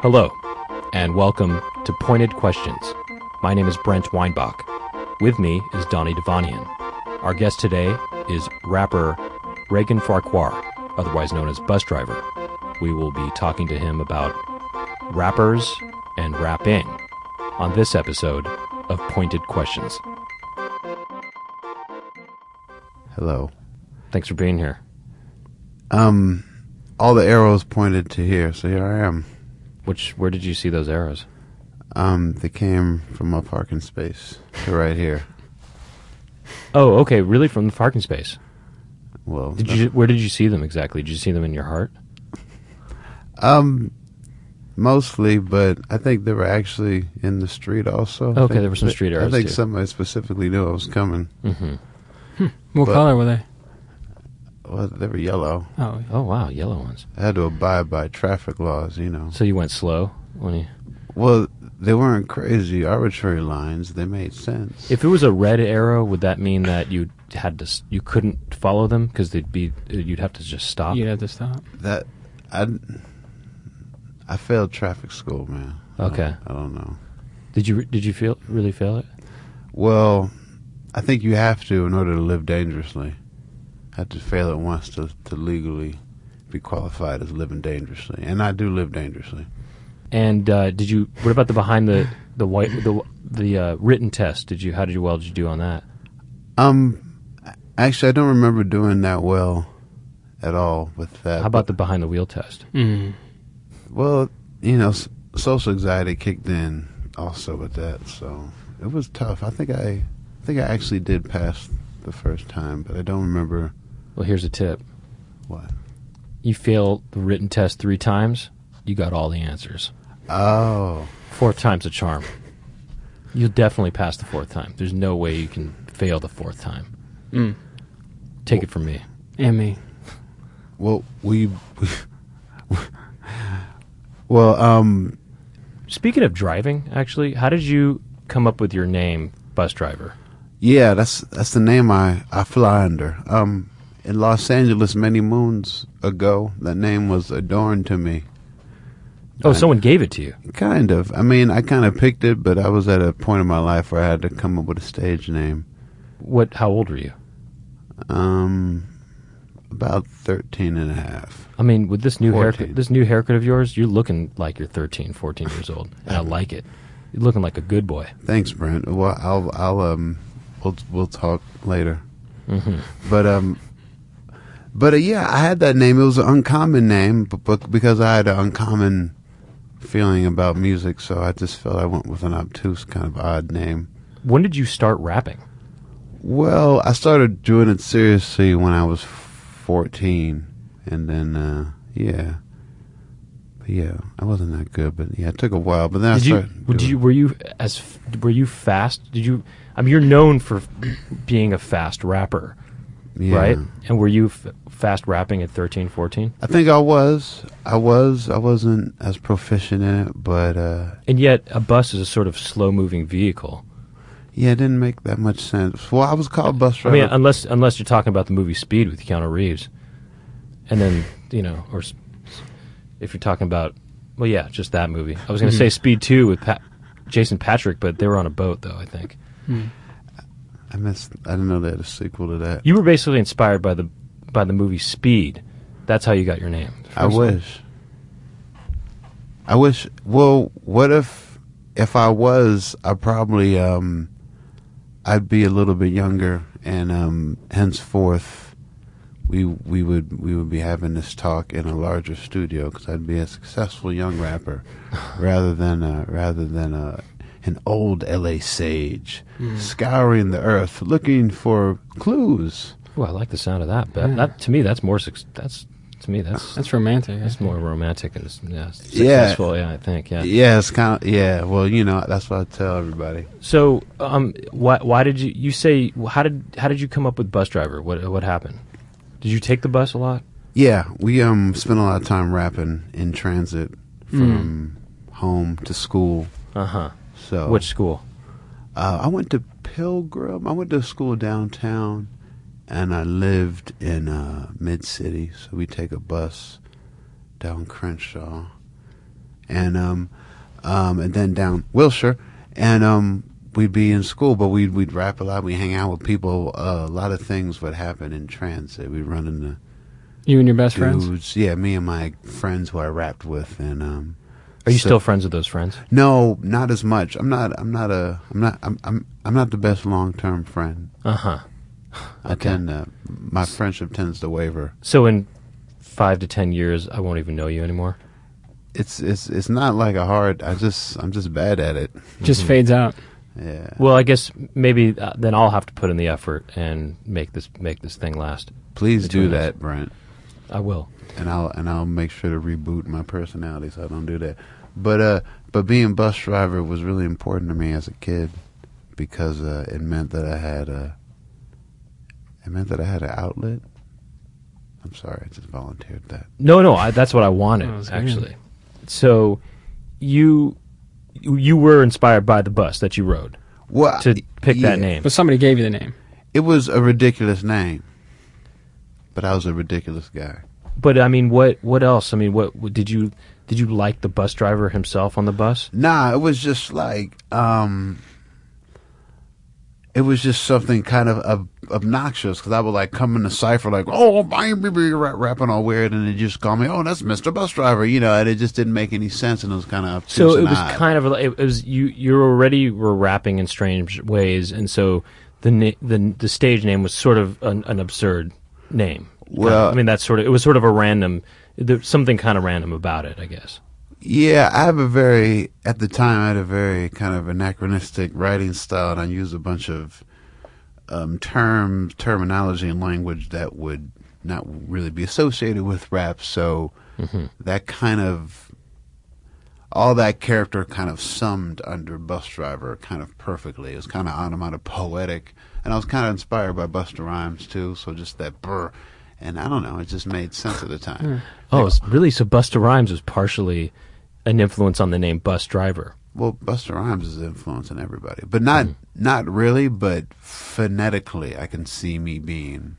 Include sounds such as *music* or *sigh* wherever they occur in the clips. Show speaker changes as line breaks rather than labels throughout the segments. Hello, and welcome to Pointed Questions. My name is Brent Weinbach. With me is Donnie Devonian. Our guest today is rapper Reagan Farquhar, otherwise known as Bus Driver. We will be talking to him about rappers and rapping on this episode of Pointed Questions.
Hello.
Thanks for being here.
Um, all the arrows pointed to here, so here I am.
Which where did you see those arrows?
Um, they came from a parking space *laughs* to right here.
Oh, okay, really from the parking space.
Well,
Did you where did you see them exactly? Did you see them in your heart?
um, mostly, but I think they were actually in the street also. I
Okay,
think-
there were some street
I
arrows,
think
too.
somebody specifically knew I was coming.
What
But-
color were they?
Well, they were yellow.
Oh,
Oh wow, yellow ones.
I had to abide by traffic laws, you know.
So you went slow when you
Well, they weren't crazy, arbitrary lines. They made sense.
If it was a red arrow, would that mean that you had to s- you couldn't follow them because they'd be you'd have to just stop?
you'd have to stop.
that I, I failed traffic school, man. I don't-
Okay.
I don't know.
Did you did you feel really feel it?
Well, I think you have to in order to live dangerously. Have to fail it once to, to legally be qualified as living dangerously, and I do live dangerously.
And uh, did you? What about the behind the the white the the uh, written test? Did you how did you well did you do on that?
Um, actually, I don't remember doing that well at all with that.
How about the behind the wheel test?
Mm.
Well, you know, s- social anxiety kicked in also with that, so it was tough. I think I, I think I actually did pass the first time, but I don't remember
Well, here's a tip:
what.
you fail the written test three times, you got all the answers.
Oh,
Fourth time's a charm. You'll definitely pass the fourth time. There's no way you can fail the fourth time.
Mm.
Take it from me.
And me.
well, we. *laughs* Well, um,
Speaking of driving, actually, how did you come up with your name, bus driver?
Yeah, that's that's the name I I fly under. Um, in Los Angeles, many moons ago, that name was adorned to me. Uh,
Oh, someone gave it to you.
Kind of. I mean, I kind of picked it, but I was at a point in my life where I had to come up with a stage name.
What? How old were you?
Um, about 13 and a half.
I mean, with this new
14.
haircut, this new haircut of yours, you're looking like you're 13, 14 years old, and I like it. You're looking like a good boy.
Thanks, Brent. Well, I'll I'll um we'll we'll talk later.
Mm-hmm.
But um, but uh, yeah, I had that name. It was an uncommon name, but, but because I had an uncommon feeling about music, so I just felt I went with an obtuse kind of odd name.
When did you start rapping?
Well, I started doing it seriously when I was fourteen, and then uh, yeah. But yeah, I wasn't that good, but yeah, it took a while. But then
Did
I
you?
started.
Did
doing-
you? Were you as? f- Were you fast? Did you? I mean, you're known for being a fast rapper,
yeah.
right? And were you f- fast rapping at 13, 14?
I think I was. I was. I wasn't as proficient in it, but uh,
And yet, a bus is a sort of slow-moving vehicle.
yeah, it didn't make that much sense. Well, I was called bus
I
driver.
mean, unless unless you're talking about the movie Speed with Keanu Reeves, and then you know, or s- if you're talking about, well, yeah, just that movie. I was going to say Speed Two with Pat, Jason Patrick, but they were on a boat, though. I think
I missed. I didn't know they had a sequel to that.
you were basically inspired by the by the movie Speed. That's how you got your name.
I wish. I wish. Well, what if if I was, I probably um, I'd be a little bit younger, and um, henceforth, we we would we would be having this talk in a larger studio because I'd be a successful young rapper rather than uh, rather than uh, an old L.A. sage scouring the earth looking for clues.
Ooh, I like the sound of that. But that to me, that's more. suc- That's to me, that's
That's romantic.
that's more romantic and yeah,
Yeah.
successful. Yeah, I think. Yeah.
Yeah, it's kind of yeah. Well, you know, that's what I tell everybody.
So, um, why why did you you say how did how did you come up with bus driver? What what happened? Did you take the bus a lot?
Yeah, we um spent a lot of time rapping in transit from home to school.
Uh huh.
So
Which school?
uh, I went to Pilgrim. I went to school downtown, and I lived in uh, Mid City, so we take a bus down Crenshaw, and um, um, and then down Wilshire, and um, we'd be in school, but we'd we'd rap a lot. We hang out with people. Uh, a lot of things would happen in transit. We'd run into
You and your best friends?
dudes. Yeah, me and my friends who I rapped with, and um,
Are you
so-
still friends with those friends?
No, not as much. I'm not. I'm not a. I'm not. I'm. I'm. I'm not the best long term friend.
Uh huh.
I tend to. My friendship tends to waver.
So in five to ten years, I won't even know you anymore.
It's. It's. It's not like a hard. I just. I'm just bad at it.
mm-hmm.
Just fades out.
Yeah.
Well, I guess maybe uh, then I'll have to put in the effort and make this make this thing last.
Please do
Between us.
that, Brent.
I will.
and I'll and I'll make sure to reboot my personality so I don't do that. But uh, but being bus driver was really important to me as a kid because uh, it meant that I had a it meant that I had an outlet. I'm sorry, I just volunteered that.
No, no, I, that's what I
Oh, that's
wanted
good.
actually. So you you were inspired by the bus that you rode
Well,
to
I-
pick
yeah,
that name.
But somebody gave you the name.
It was a ridiculous name, but I was a ridiculous guy.
But I mean, what what else? I mean, what, what did you did you like the bus driver himself on the bus?
Nah, it was just like um it was just something kind of ob- obnoxious because I would like come in the cipher like, oh, I ain't be- be ra- rapping all weird, and they just call me, oh, that's Mister Bus Driver, you know, and it just didn't make any sense, and it was kind of obtuse.
So it
and
was
odd.
kind of like- it was you. You already were rapping in strange ways, and so the na- the the stage name was sort of an, an absurd name.
Well-
I mean that's sort of it was sort of a random there, something kind of random about it, I guess.
Yeah, I have a very at the time I had a very kind of anachronistic writing style, and I used a bunch of um, term terminology and language that would not really be associated with rap. So that kind of all that character kind of summed under Bus Driver kind of perfectly. It was kind of onomatopoetic, and I was kind of inspired by Buster Rhymes too. So just that brr, and I don't know, it just made sense at the time.
Oh, it's really? So Busta Rhymes was partially an influence on the name Bus Driver.
Well, Buster Rhymes is influencing everybody, but not
Hmm.
not really, but phonetically, I can see me being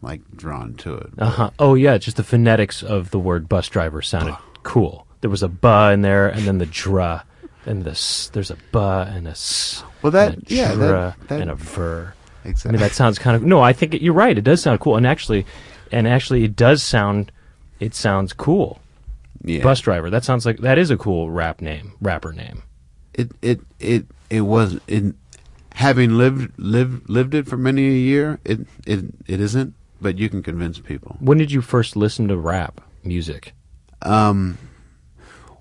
like drawn to it.
Uh huh. Oh yeah, just the phonetics of the word bus driver sounded cool. There was a ba in there, and then the dra, and the s. There's a ba and a s.
Well, that-
and a
yeah, that-
dra
that-
and a ver. I
Exactly. *laughs*
mean, that sounds kind of no. I think it, you're right. It does sound cool, and actually, and actually, it does sound. It sounds cool.
yeah.
Bus driver. That sounds like that is a cool rap name, rapper name.
it it it it was in having lived lived lived it for many a year. It it it isn't, but you can convince people.
When did you first listen to rap music?
Um.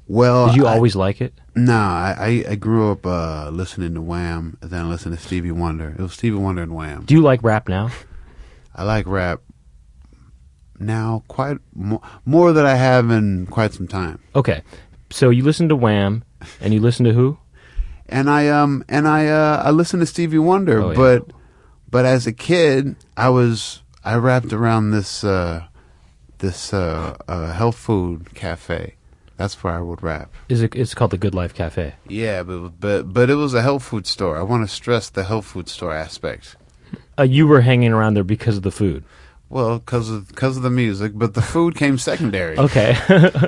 Well,
Did you
I-
always like it?
No, I, I, I grew up uh, listening to Wham, and then I listened to Stevie Wonder. It was Stevie Wonder and Wham.
Do you like rap
*laughs*
now?
I like rap now quite more, more than I have in quite some time.
Okay, so you listen to Wham, and you listen to who?
And I um and I uh I listened to Stevie Wonder,
Oh, yeah.
but but as a kid, I was I wrapped around this uh this uh, uh health food cafe. That's where I would rap.
Is it? It's called the Good Life Cafe.
Yeah, but but but it was a health food store. I want to stress the health food store aspect.
Uh, you were hanging around there because of the food.
Well, cause of cause of the music, but the food came *laughs* secondary.
Okay.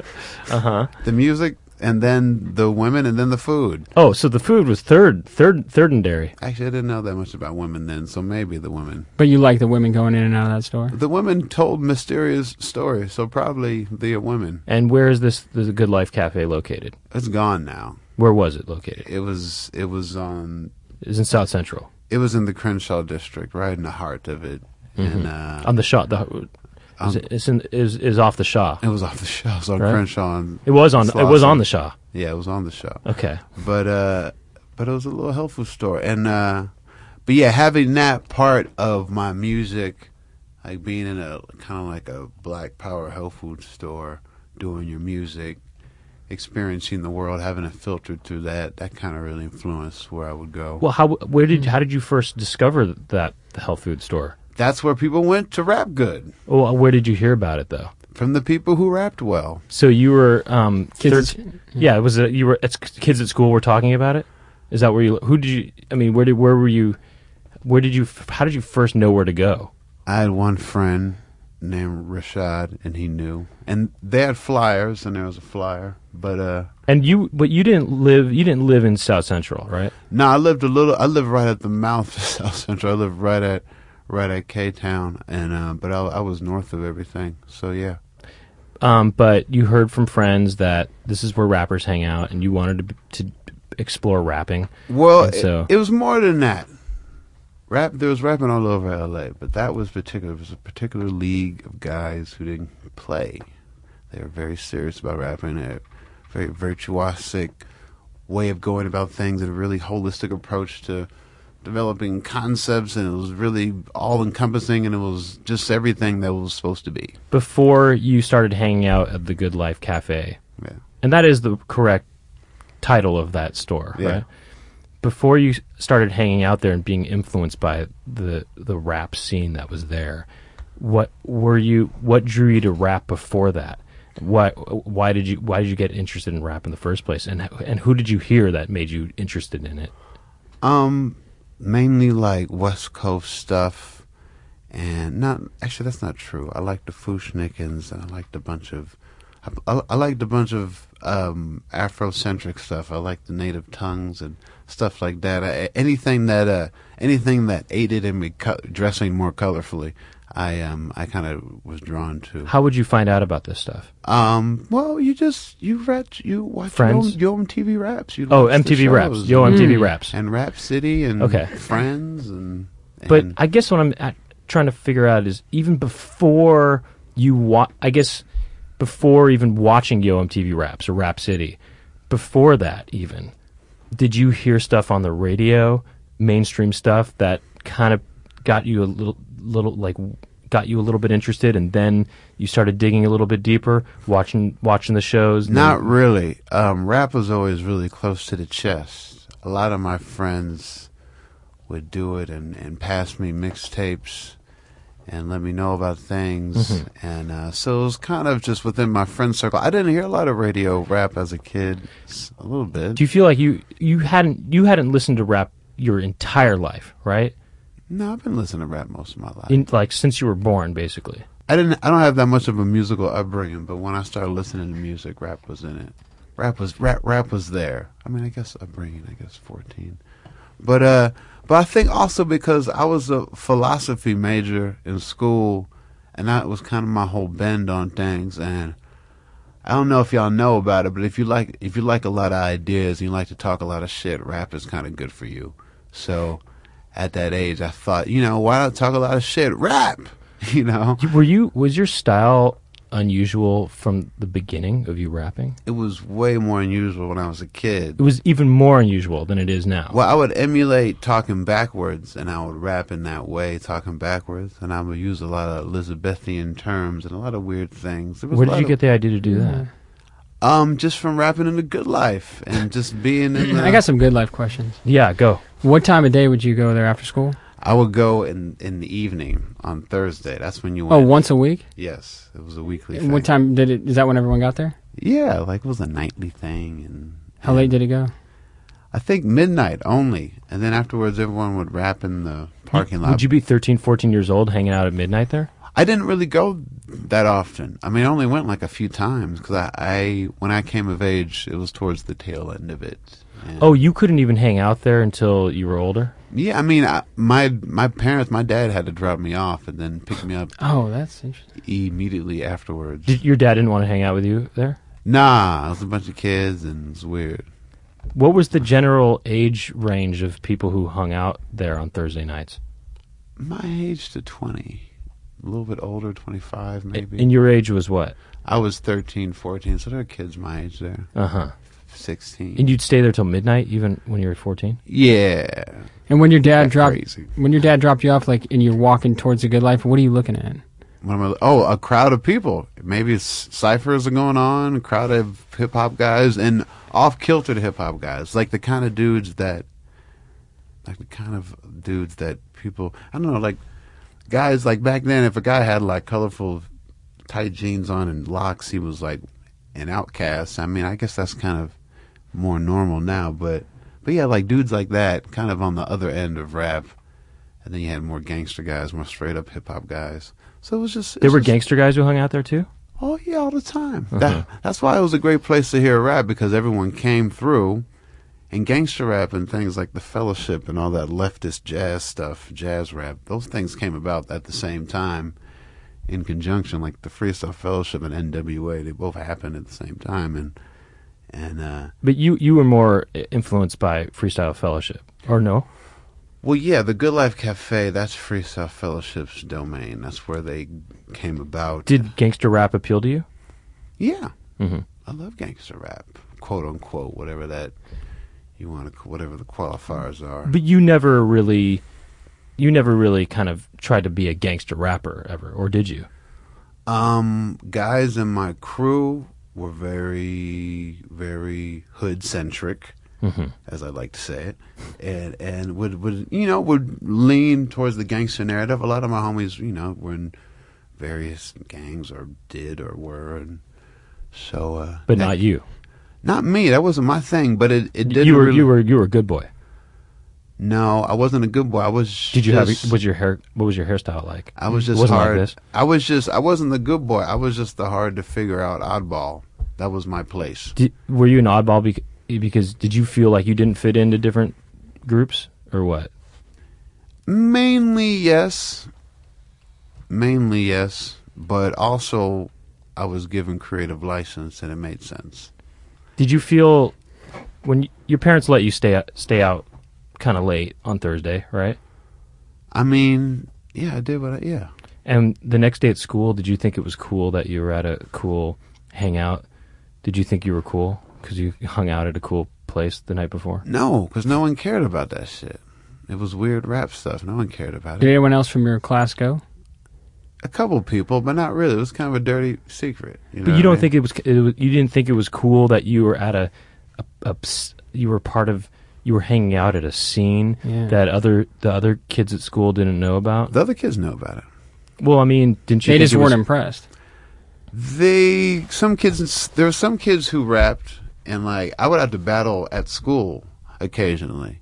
*laughs*
The music, and then the women, and then the food.
oh, so the food was third, third, third and dairy.
Actually, I didn't know that much about women then, so maybe the women.
But you like the women going in and out of that store.
The women told mysterious stories, so probably the women.
And where is this the Good Life Cafe located?
It's gone now.
Where was it located?
It was it was on
It was in South Central
it was in the Crenshaw district, right in the heart of it, and uh,
on the Shaw. The, is it, it's in, is is off the Shaw.
it was off the show. It was on
Right.
Crenshaw. And
It was on. It was
Slauson.
on the Shaw.
Yeah, it was on the show.
Okay.
but uh but it was a little health food store and uh but yeah having that part of my music like being in a kind of like a black power health food store doing your music experiencing the world having it filtered through that that kind of really influenced where i would go
Well, how where did how did you first discover that the health food store?
that's where people went to rap good
Well, where did you hear about it though?
from the people who rapped well
So you were um,
Kids
thirteen- yeah, it was a, you were it's kids at school were talking about it. Is that where you? Who did you? I mean, where did where were you? Where did you? How did you first know where to go?
I had one friend named Rashad, and he knew. And they had flyers, and there was a flyer. But uh,
And you, but you didn't live. You didn't live in South Central, right?
no, I lived a little. I lived right at the mouth *laughs* of South Central. I lived right at right at K Town, and uh, but I, I was north of everything. So yeah,
Um, but you heard from friends that this is where rappers hang out, and you wanted to to explore rapping.
Well,
And so-
it, it was more than that. Rap, there was rapping all over L.A., but that was particular. It was a particular league of guys who didn't play. They were very serious about rapping. They had A very virtuosic way of going about things, and a really holistic approach to developing concepts. And it was really all encompassing, and it was just everything that it was supposed to be.
Before you started hanging out at the Good Life Cafe,
Yeah.
and that is the correct title of that store,
Yeah.
right? Before you started hanging out there and being influenced by the the rap scene that was there, what were you? What drew you to rap before that? Why why did you why did you get interested in rap in the first place? And and who did you hear that made you interested in it?
Um, mainly like West Coast stuff, and not actually that's not true. I liked the Fushnikins, and I liked a bunch of, I, I, I liked a bunch of um Afrocentric stuff. I liked the native tongues and stuff like that. I, anything that uh anything that aided in me co- dressing more colorfully, I um I kind of was drawn to.
How would you find out about this stuff?
Um, well, you just you read you watch your own,
Friends?
your own TV raps. You
Oh,
watch the
MTV Raps.
shows
Yo,
and-
MTV Raps.
and Rap City and
Okay.
Friends and, and
But I guess what I'm at, trying to figure out is even before you watch, I guess before even watching Yo MTV Raps or Rap City, before that even, did you hear stuff on the radio, mainstream stuff that kind of got you a little, little like got you a little bit interested, and then you started digging a little bit deeper, watching watching the shows. and
not really. Um, rap was always really close to the chest. A lot of my friends would do it and and pass me mixtapes and let me know about things.
Mm-hmm.
And uh, so it was kind of just within my friend circle. I didn't hear a lot of radio rap as a kid, S- a little bit.
do you feel like you you hadn't you hadn't listened to rap your entire life, right?
no, I've been listening to rap most of my life.
In like since you were born, basically.
I didn't. I don't have that much of a musical upbringing, but when I started listening to music, rap was in it. Rap was rap. Rap was there. I mean, I guess upbringing. I guess fourteen, but uh, but I think also because I was a philosophy major in school, and that was kind of my whole bend on things. And I don't know if y'all know about it, but if you like if you like a lot of ideas and you like to talk a lot of shit, rap is kind of good for you. So, at that age, I thought, you know, why not talk a lot of shit? Rap, *laughs* you know.
You- Were you was your style unusual from the beginning of you rapping?
it was way more unusual when I was a kid.
It was even more unusual than it is now.
Well, I would emulate talking backwards, and I would rap in that way, talking backwards, and I would use a lot of Elizabethan terms and a lot of weird things. There was
Where
a
did
lot
you
of-
get the idea to do that?
Um, just from rapping in the good life and just being in. The,
*laughs* *clears throat* I got some good life questions.
Yeah, go.
What time of day would you go there after school?
I would go in in the evening on Thursday. That's when you
Oh,
went.
once a week.
Yes, it was a weekly.
And
Thing.
What time did it? Is that when everyone got there?
Yeah, like it was a nightly thing, and
How late did it go?
I think midnight only, and then afterwards everyone would rap in the parking lot.
Would you be 13, 14 years old hanging out at midnight there?
I didn't really go that often. I mean, I only went like a few times because I, I, when I came of age, it was towards the tail end of it. And-
Oh, you couldn't even hang out there until you were older?
yeah. I mean, I, my my parents, my dad had to drop me off and then pick me up
Oh, that's interesting.
immediately afterwards.
Did your dad didn't want to hang out with you there?
nah, it was a bunch of kids and it's weird.
What was the general age range of people who hung out there on Thursday nights?
My age to twenty, a little bit older, twenty five maybe.
And your age was what?
I was 13, 14, so there are kids my age there,
Uh-huh.
sixteen.
And you'd stay there till midnight even when you were 14?
yeah,
And when your dad
That's
dropped,
crazy.
when your dad dropped you off, like, and you're walking towards a good life, what are you looking at?
What am I? Oh, a crowd of people. Maybe it's ciphers are going on. A crowd of hip hop guys and off kilter hip hop guys, like the kind of dudes that, like the kind of dudes that people. I don't know, like guys like back then. If a guy had like colorful tight jeans on and locks, he was like an outcast. I mean, I guess that's kind of more normal now, but but yeah, like dudes like that, kind of on the other end of rap. and then you had more gangster guys, more straight up hip hop guys. So it was just it
There were
was-
gangster guys who hung out there too.
Oh yeah, all the time. That, that's why it was a great place to hear rap because everyone came through, and gangster rap and things like the Fellowship and all that leftist jazz stuff, jazz rap. Those things came about at the same time, in conjunction, like the Freestyle Fellowship and NWA. They both happened at the same time, and and uh,
But you you were more i- influenced by Freestyle Fellowship, or no?
Well, yeah, the Good Life Cafe, that's Freestyle Fellowship's domain. That's where they came about.
Did gangster rap appeal to you?
Yeah.
Mhm.
I love gangster rap, quote unquote, whatever that you want to, whatever the qualifiers are.
But you never really, you never really kind of tried to be a gangster rapper ever, or did you?
Um, guys in my crew were very, very hood centric,
Mm-hmm.
as I like to say it, and and would would you know would lean towards the gangster narrative. A lot of my homies, you know, were in various gangs or did or were, and so. Uh,
But
that-
not you.
not me. That wasn't my thing. But it it didn't.
You were
really,
you were you were a good boy.
No, I wasn't a good boy. I was.
Did you
just-
have e-, was your hair? What was your hairstyle like?
I was just
It wasn't like
hard.
this.
I was just. I wasn't the good boy. I was just the hard to figure out oddball. That was my place.
Did, were you an oddball because, because did you feel like you didn't fit into different groups or what?
Mainly yes. Mainly yes, but also I was given creative license and it made sense.
Did you feel when y your parents let you stay stay out kind of late on Thursday, right?
I mean, yeah, I did what I yeah.
And the next day at school, did you think it was cool that you were at a cool hangout? Did you think you were cool because you hung out at a cool place the night before?
No, because no one cared about that shit. It was weird rap stuff. No one cared about
Did
it.
anyone else from your class go?
A couple people, but not really. It was kind of a dirty secret. You know
But
what
you
I
don't
mean?
think it was, it was you didn't think it was cool that you were at a, a, a ps- you were part of you were hanging out at a scene
Yeah.
that other the other kids at school didn't know about.
the other kids know about it.
Well, I mean, didn't you?
They
think
just
it
weren't
was-
impressed.
They some kids there were some kids who rapped and like I would have to battle at school occasionally,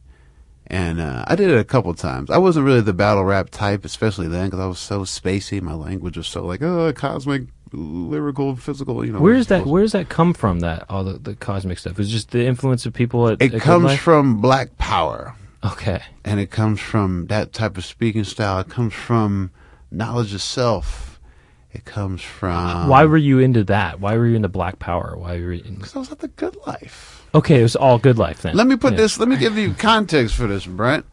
and uh, I did it a couple times. I wasn't really the battle rap type, especially then, because I was so spacey. My language was so like oh cosmic, lyrical, physical. You know
Where does that where does that come from? That all the, the cosmic stuff is just the influence of people at. at
It
Good
comes
Life?
from Black Power.
okay.
and it comes from that type of speaking style. It comes from knowledge of self. It comes from
Why were you into that? Why were you into Black Power? Why were you? In...
'Cause I was at the good life.
Okay, it was all Good Life then.
Let me put
Yeah.
this. Let me give you context for this, Brent.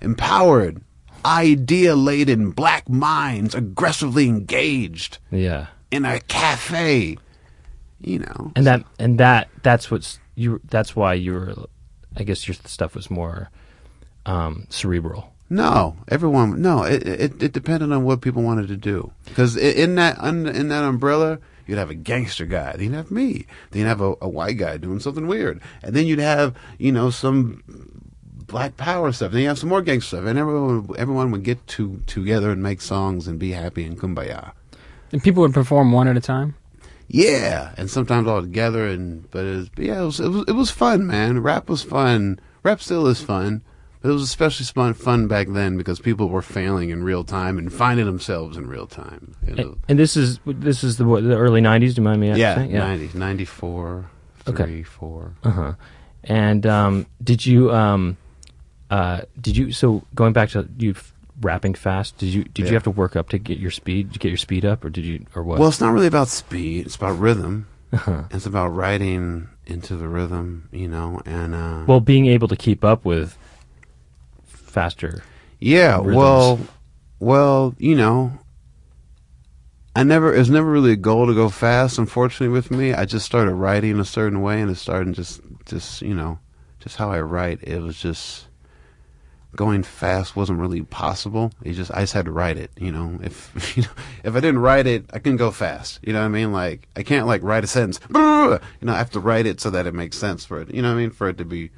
Empowered, idea laden, black minds aggressively engaged
Yeah,
in a cafe. You know,
and that and that that's what's you. That's why you were. I guess your stuff was more um, cerebral.
No, everyone. No, it, it it depended on what people wanted to do. Because in that un, in that umbrella, you'd have a gangster guy. Then you'd have me. Then you'd have a, a white guy doing something weird, and then you'd have you know some black power stuff. Then you have some more gangster stuff, and everyone everyone would get to together and make songs and be happy and kumbaya.
And people would perform one at a time.
Yeah, and sometimes all together. And but, it was, but yeah, it was, it was it was fun, man. Rap was fun. Rap still is fun, but it was especially fun fun back then because people were failing in real time and finding themselves in real time. You
And,
know?
and this is this is the what, the early '90s. Do you mind me asking?
Eh, yeah, Uh-huh. ninety ninety four, three,
Okay.
four.
Uh huh. And um, did you um, uh, did you so going back to you f- rapping fast? Did you did
Yeah.
you have to work up to get your speed? Did you get your speed up, or did you or what?
Well, it's not really about speed. It's about rhythm. It's about writing into the rhythm, you know, and uh,
well, being able to keep up with faster.
Yeah,
rhythms.
well, well, you know, I never it's never really a goal to go fast. Unfortunately, with me, I just started writing a certain way, and it started just just you know just how I write. It was just going fast wasn't really possible. It just I just had to write it. You know, if *laughs* you know, if I didn't write it, I couldn't go fast. You know what I mean? Like I can't like write a sentence. You know, I have to write it so that it makes sense for it. You know what I mean? For it to be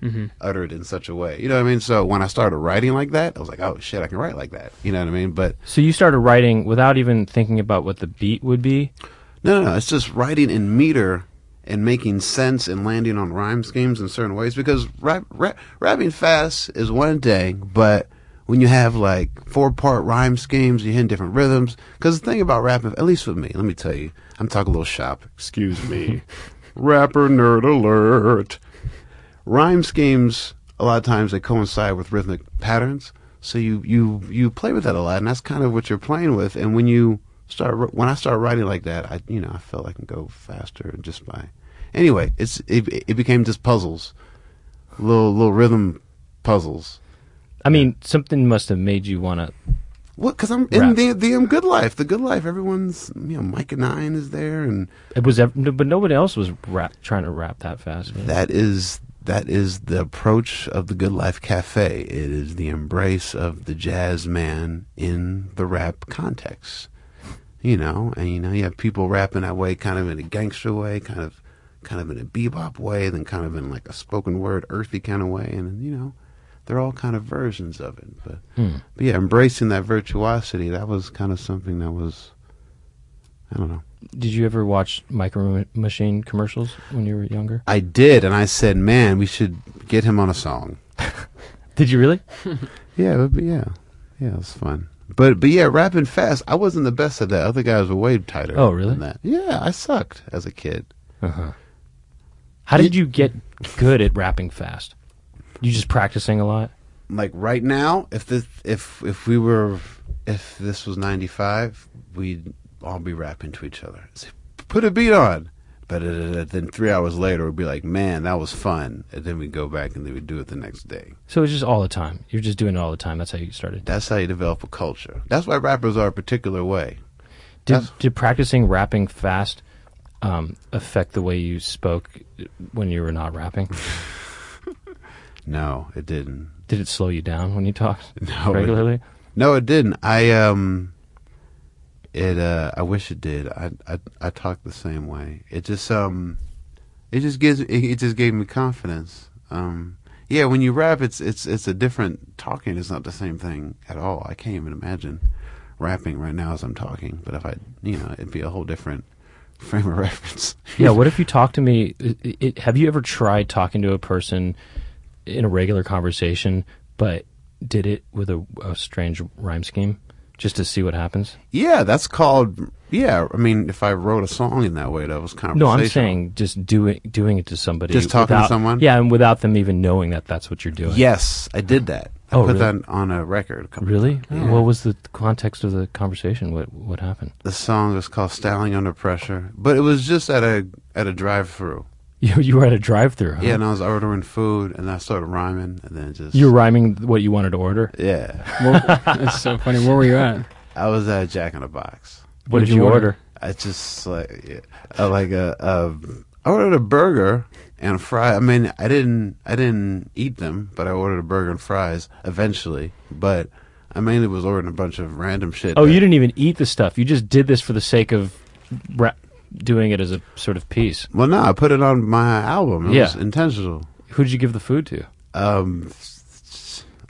uttered in such a way. You know what I mean? So when I started writing like that, I was like, oh shit, I can write like that. You know what I mean? But
So you started writing without even thinking about what the beat would be.
No, no, no. It's just writing in meter and making sense and landing on rhyme schemes in certain ways because rap, rap, rapping fast is one thing, but when you have like four part rhyme schemes, you're hitting different rhythms. Because the thing about rapping, at least with me, let me tell you, I'm talking a little shop. Excuse me. Rapper nerd alert. Rhyme schemes, a lot of times they coincide with rhythmic patterns. So you, you, you play with that a lot, and that's kind of what you're playing with. And when you start, when I start writing like that, I, you know, I felt I can go faster just by. Anyway, it's it, it became just puzzles, little little rhythm puzzles.
I mean, something must have made you want to.
What? Because I'm in
Rap.
the the um, good life. The good life. Everyone's you know Micah Nine is there, and
It was, ev- no- but nobody else was rap, trying to rap that fast. man.
that is that is the approach of the Good Life Cafe. It is the embrace of the jazz man in the rap context. You know, and you know you have people rapping that way, kind of in a gangster way, kind of kind of in a bebop way, then kind of in like a spoken word, earthy kind of way, and you know. They're all kind of versions of it, but but yeah, embracing that virtuosity that was kind of something that was, I don't know,
Did you ever watch Micro Machine commercials when you were younger?
I did, and I said, "Man, we should get him on a song."
Did you really?
Yeah, but, but yeah, yeah, it was fun. But but yeah, rapping fast. I wasn't the best at that. Other guys were way tighter.
Oh, really?
Than that. Yeah, I sucked as a kid.
Uh-huh. How did you get good at rapping fast? You just practicing a lot?
Like right now, if this if if we were if this was ninety five, we'd all be rapping to each other. Say, Put a beat on. But uh, then three hours later, we'd be like, "Man, that was fun," and then we'd go back and then we'd do it the next day.
So it's just all the time. You're just doing it all the time. That's how you started.
That's how you develop a culture. That's why rappers are a particular way.
Did,
That's-
did practicing rapping fast um, affect the way you spoke when you were not rapping?
No, it didn't. *laughs*
Did it slow you down when you talked
No, it- *laughs*
regularly?
No, it didn't. I um, it uh, I wish it did. I I I talk the same way. It just um, it just gives it, it just gave me confidence. Um, yeah, when you rap, it's it's it's a different talking. It's not the same thing at all. I can't even imagine rapping right now as I'm talking. But if I, you know, it'd be a whole different *laughs* frame of reference.
yeah. What if you talk to me? It, it, have you ever tried talking to a person in a regular conversation, but did it with a, a strange rhyme scheme just to see what happens?
yeah, that's called. Yeah, I mean, if I wrote a song in that way, that was
No,
conversational.
I'm saying just doing doing it to somebody.
Just talking to
without-
someone?
Yeah, and without them even knowing that that's what you're doing.
Yes, I did that. I
Oh,
put
really?
that on a record. A couple
Really?
times. Yeah.
What was the context of the conversation? What what happened? *laughs*
the song was called "Styling Under Pressure," but it was just at a at a drive-through.
You you were at a drive-through. Huh?
Yeah, and I was ordering food, and I started rhyming, and then it just
Uh-huh. you were rhyming what you wanted to order.
yeah.
Where- *laughs* that's so funny. Where were you at?
I was at Jack in the Box.
What did you order?
I just like yeah, I like a, a I ordered a burger and a fry. I mean, I didn't I didn't eat them, but I ordered a burger and fries eventually. But I mainly was ordering a bunch of random shit.
Oh,
that-
you didn't even eat the stuff. You just did this for the sake of ra- doing it as a sort of piece.
Well, no, I put it on my album. It
Yeah.
was intentional.
Who did you give the food to?
Um,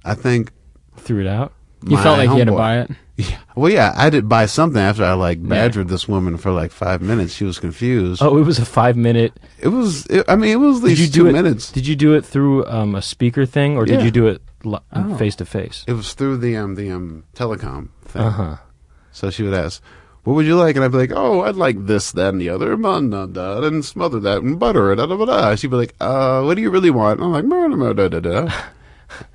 I think
Threw it out.
You
my
felt like you had to
homeboy-
buy it.
*laughs* Yeah. Well, yeah, I did buy something after I like badgered this woman for like five minutes. She was confused.
Oh, it was a five-minute.
It was. It, I mean, it was at
Did
least
you do
two
it?
minutes.
Did you do it through um, a speaker thing, or did
Yeah.
you do it li-
Oh.
face to face?
It was through the um the um telecom thing.
Uh-huh.
Uh huh.
So she would ask, "What would you like?" And I'd be like, "Oh, I'd like this, that, and the other, blah, blah, blah, and smother that and butter it." Da, da, da, da. She'd be like, "Uh, what do you really want?" And I'm like, "Blah, blah, blah, da,
*laughs*
da, da."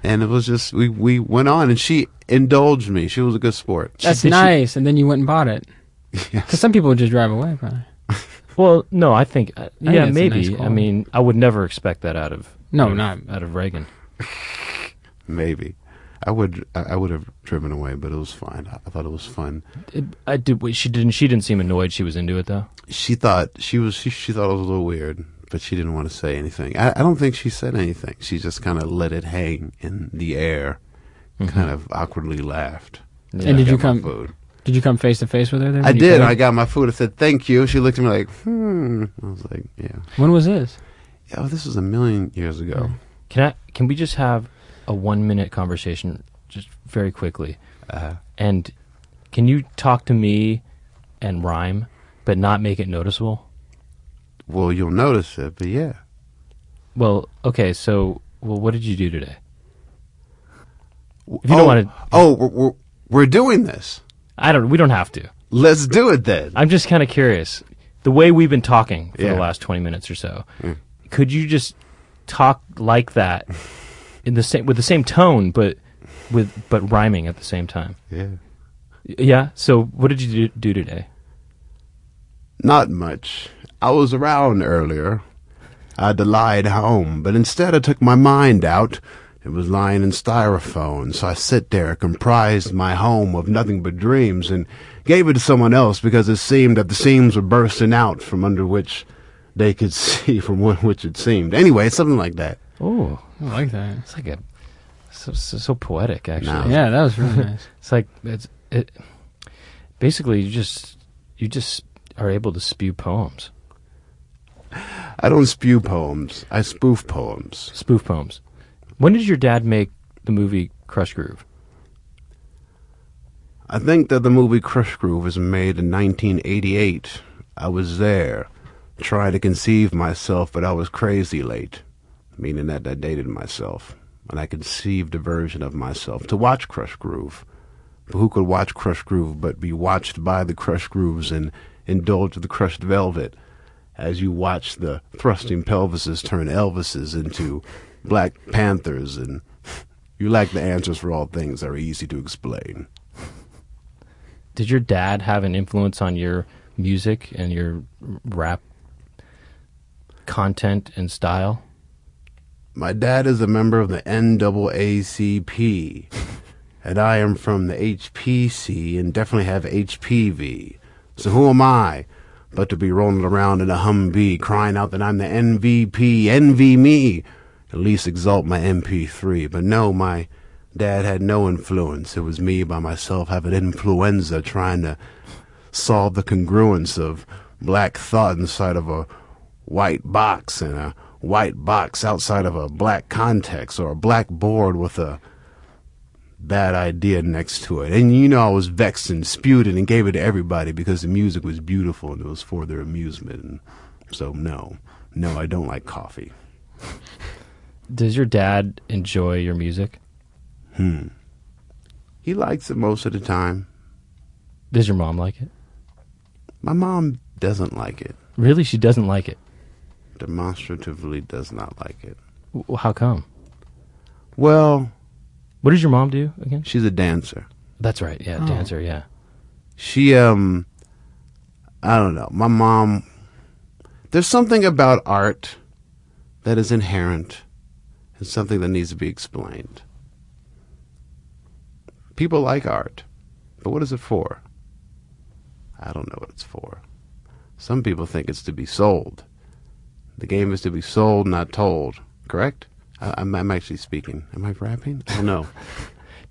And it was just we we went on, and she indulged me. She was a good sport.
That's
did she-
nice. and then you went and
*laughs*
bought it. Because some people would just drive away, probably.
Well, no, I think uh,
think
yeah,
that's a
maybe.
nice
I
call.
mean, I would never expect that out of
No,
out of-
not-
out of Reagan.
Maybe I would I, I would have driven away, but it was fine. I, I thought it was fun.
It, I did. wait, She didn't. She didn't seem annoyed. She was into it though.
she thought she was she, she thought it was a little weird, but she didn't want to say anything. I, I don't think she said anything. She just kind of let it hang in the air, kind of awkwardly laughed.
Mm-hmm. Yeah.
And did
I
you
got my
come-
Food.
Did you come face to face with her there?
I
when you
did.
played?
I got my food. I said thank you. She looked at me like, hmm. I was like, yeah.
when was this?
Oh, this was a million years ago.
Can I? Can we just have a one minute conversation, just very quickly?
Uh,
And can you talk to me and rhyme, but not make it noticeable?
well, you'll notice it, but yeah.
Well, okay. So, well, what did you do today? If you don't
oh,
want to,
oh, we're, we're we're doing this.
I don't. We don't have to.
Let's do it then.
I'm just kind of curious. The way we've been talking for
Yeah.
the last 20 minutes or so, could you just talk like that in the same with the same tone, but with but rhyming at the same time?
Yeah.
Y- Yeah. So what did you do, do today?
Not much. I was around earlier. I would lied home, but instead I took my mind out. It was lying in styrofoam, so I sit there, comprised my home of nothing but dreams, and gave it to someone else because it seemed that the seams were bursting out from under which they could *laughs* see from one which it seemed. Anyway, something like that.
Oh,
I like that.
it's like a so so, so poetic actually.
No.
Yeah, that
*laughs*
was really nice.
It's like it's it. Basically, you just you just are able to spew poems,
I don't spew poems. I spoof poems.
spoof poems. When did your dad make the movie Crush Groove?
I think that the movie Crush Groove was made in 1988. I was there, trying to conceive myself, but I was crazy late, meaning that I dated myself, and I conceived a version of myself to watch Crush Groove. But who could watch Crush Groove but be watched by the Crush Grooves and indulge the crushed velvet as you watch the thrusting pelvises turn Elvises into Black Panthers and *laughs* you lack the answers for all things that are easy to explain.
Did your dad have an influence on your music and your rap content and style?
My dad is a member of the NAACP, and I am from the HPC and definitely have HPV. So who am I but to be rolling around in a Humvee crying out that I'm the MVP, envy me, at least exalt my MP3. But no, my dad had no influence. It was me by myself having influenza trying to solve the congruence of black thought inside of a white box and a white box outside of a black context or a black board with a bad idea next to it. And you know, I was vexed and spewed it and gave it to everybody because the music was beautiful and it was for their amusement. And so, no, no, I don't like coffee.
Does your dad enjoy your music?
Hmm. He likes it most of the time.
Does your mom like it?
My mom doesn't like it,
Really, she doesn't like it.
demonstratively does not like it.
W- How come?
Well,
What does your mom do again?
she's a dancer.
That's right. Yeah, dancer. Yeah.
she um i don't know my mom there's something about art that is inherent and something that needs to be explained people like art but what is it for i don't know what it's for some people think it's to be sold the game is to be sold not told correct I, I'm, I'm actually speaking am i rapping i
*laughs*
don't know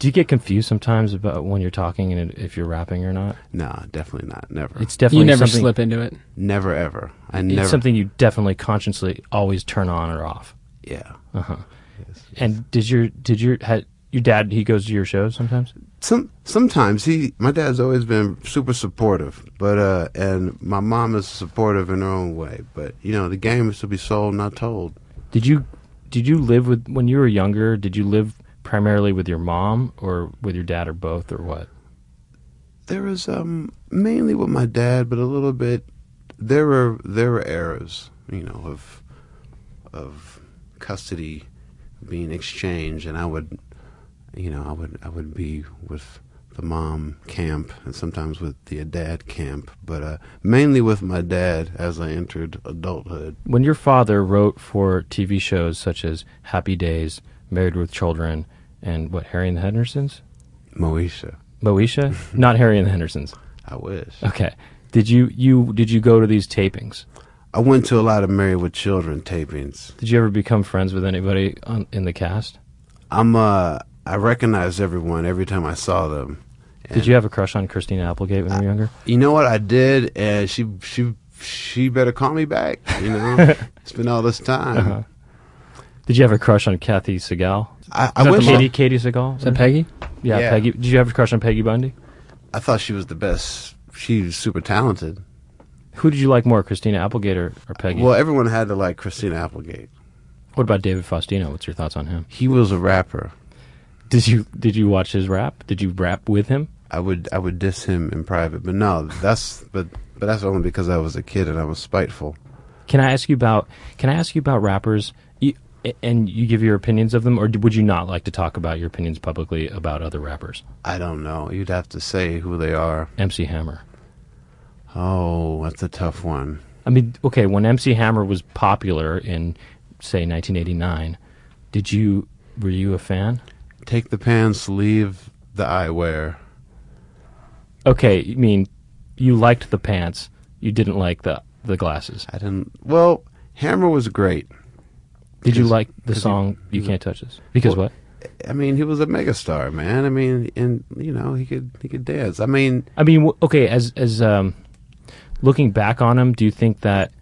Do you get confused sometimes about when you're talking and if you're rapping or not?
nah definitely not never
It's definitely
you never
something,
slip into it.
never ever i
It's
never
something you definitely consciously always turn on or off.
yeah
Uh huh. And did your did your had your dad? He goes to your shows sometimes.
some sometimes he my dad's always been super supportive but uh and my mom is supportive in her own way but you know the game is to be sold not told
Did you did you live with when you were younger? Did you live primarily with your mom or with your dad or both or what?
there was um mainly with my dad but a little bit there were there were errors you know of of custody being exchanged and i would you know i would i would be with the mom camp and sometimes with the dad camp but uh mainly with my dad as i entered adulthood
When your father wrote for TV shows such as Happy Days, Married with Children, and what Harry and the Hendersons,
Moesha.
Moesha, not Harry and the Hendersons.
I wish.
Okay. Did you you did you go to these tapings?
I went to a lot of Married with Children tapings.
Did you ever become friends with anybody on, in the cast?
I'm uh I recognized everyone every time I saw them.
Did you have a crush on Christina Applegate when you were younger?
You know what I did? And she she she better call me back. You
*laughs*
know, it's been all this time.
Uh-huh.
Did you have a crush on Kathy Segal?
I, I
Is that
wish.
the
Katie Katie Segal?
Mm-hmm.
Is that Peggy?
yeah,
Yeah.
Peggy. Did you have a crush on Peggy Bundy?
I thought she was the best. She was super talented.
Who did you like more, Christina Applegate or, or Peggy?
Well, everyone had to like Christina Applegate.
What about David Faustino? What's your thoughts on him?
He was a rapper.
Did you did you watch his rap? Did you rap with him?
I would I would diss him in private, but no, that's but but that's only because I was a kid and I was spiteful.
Can I ask you about Can I ask you about rappers? You, and you give your opinions of them, or would you not like to talk about your opinions publicly about other rappers?
I don't know. You'd have to say who they are.
MC Hammer.
Oh, that's a tough one.
I mean, okay, when MC Hammer was popular in say 1989, did you were you a fan?
Take the pants, leave the eyewear.
Okay, I mean, you liked the pants, you didn't like the the glasses.
I didn't. Well, Hammer was great.
Did you
Because-
like the
because he-
song "You Can't Touch This"? Because
Well-
what?
I mean, he was a megastar, man. I mean, and you know, he could he could dance. I mean,
I mean, w- okay, as as um, looking back on him, do you think that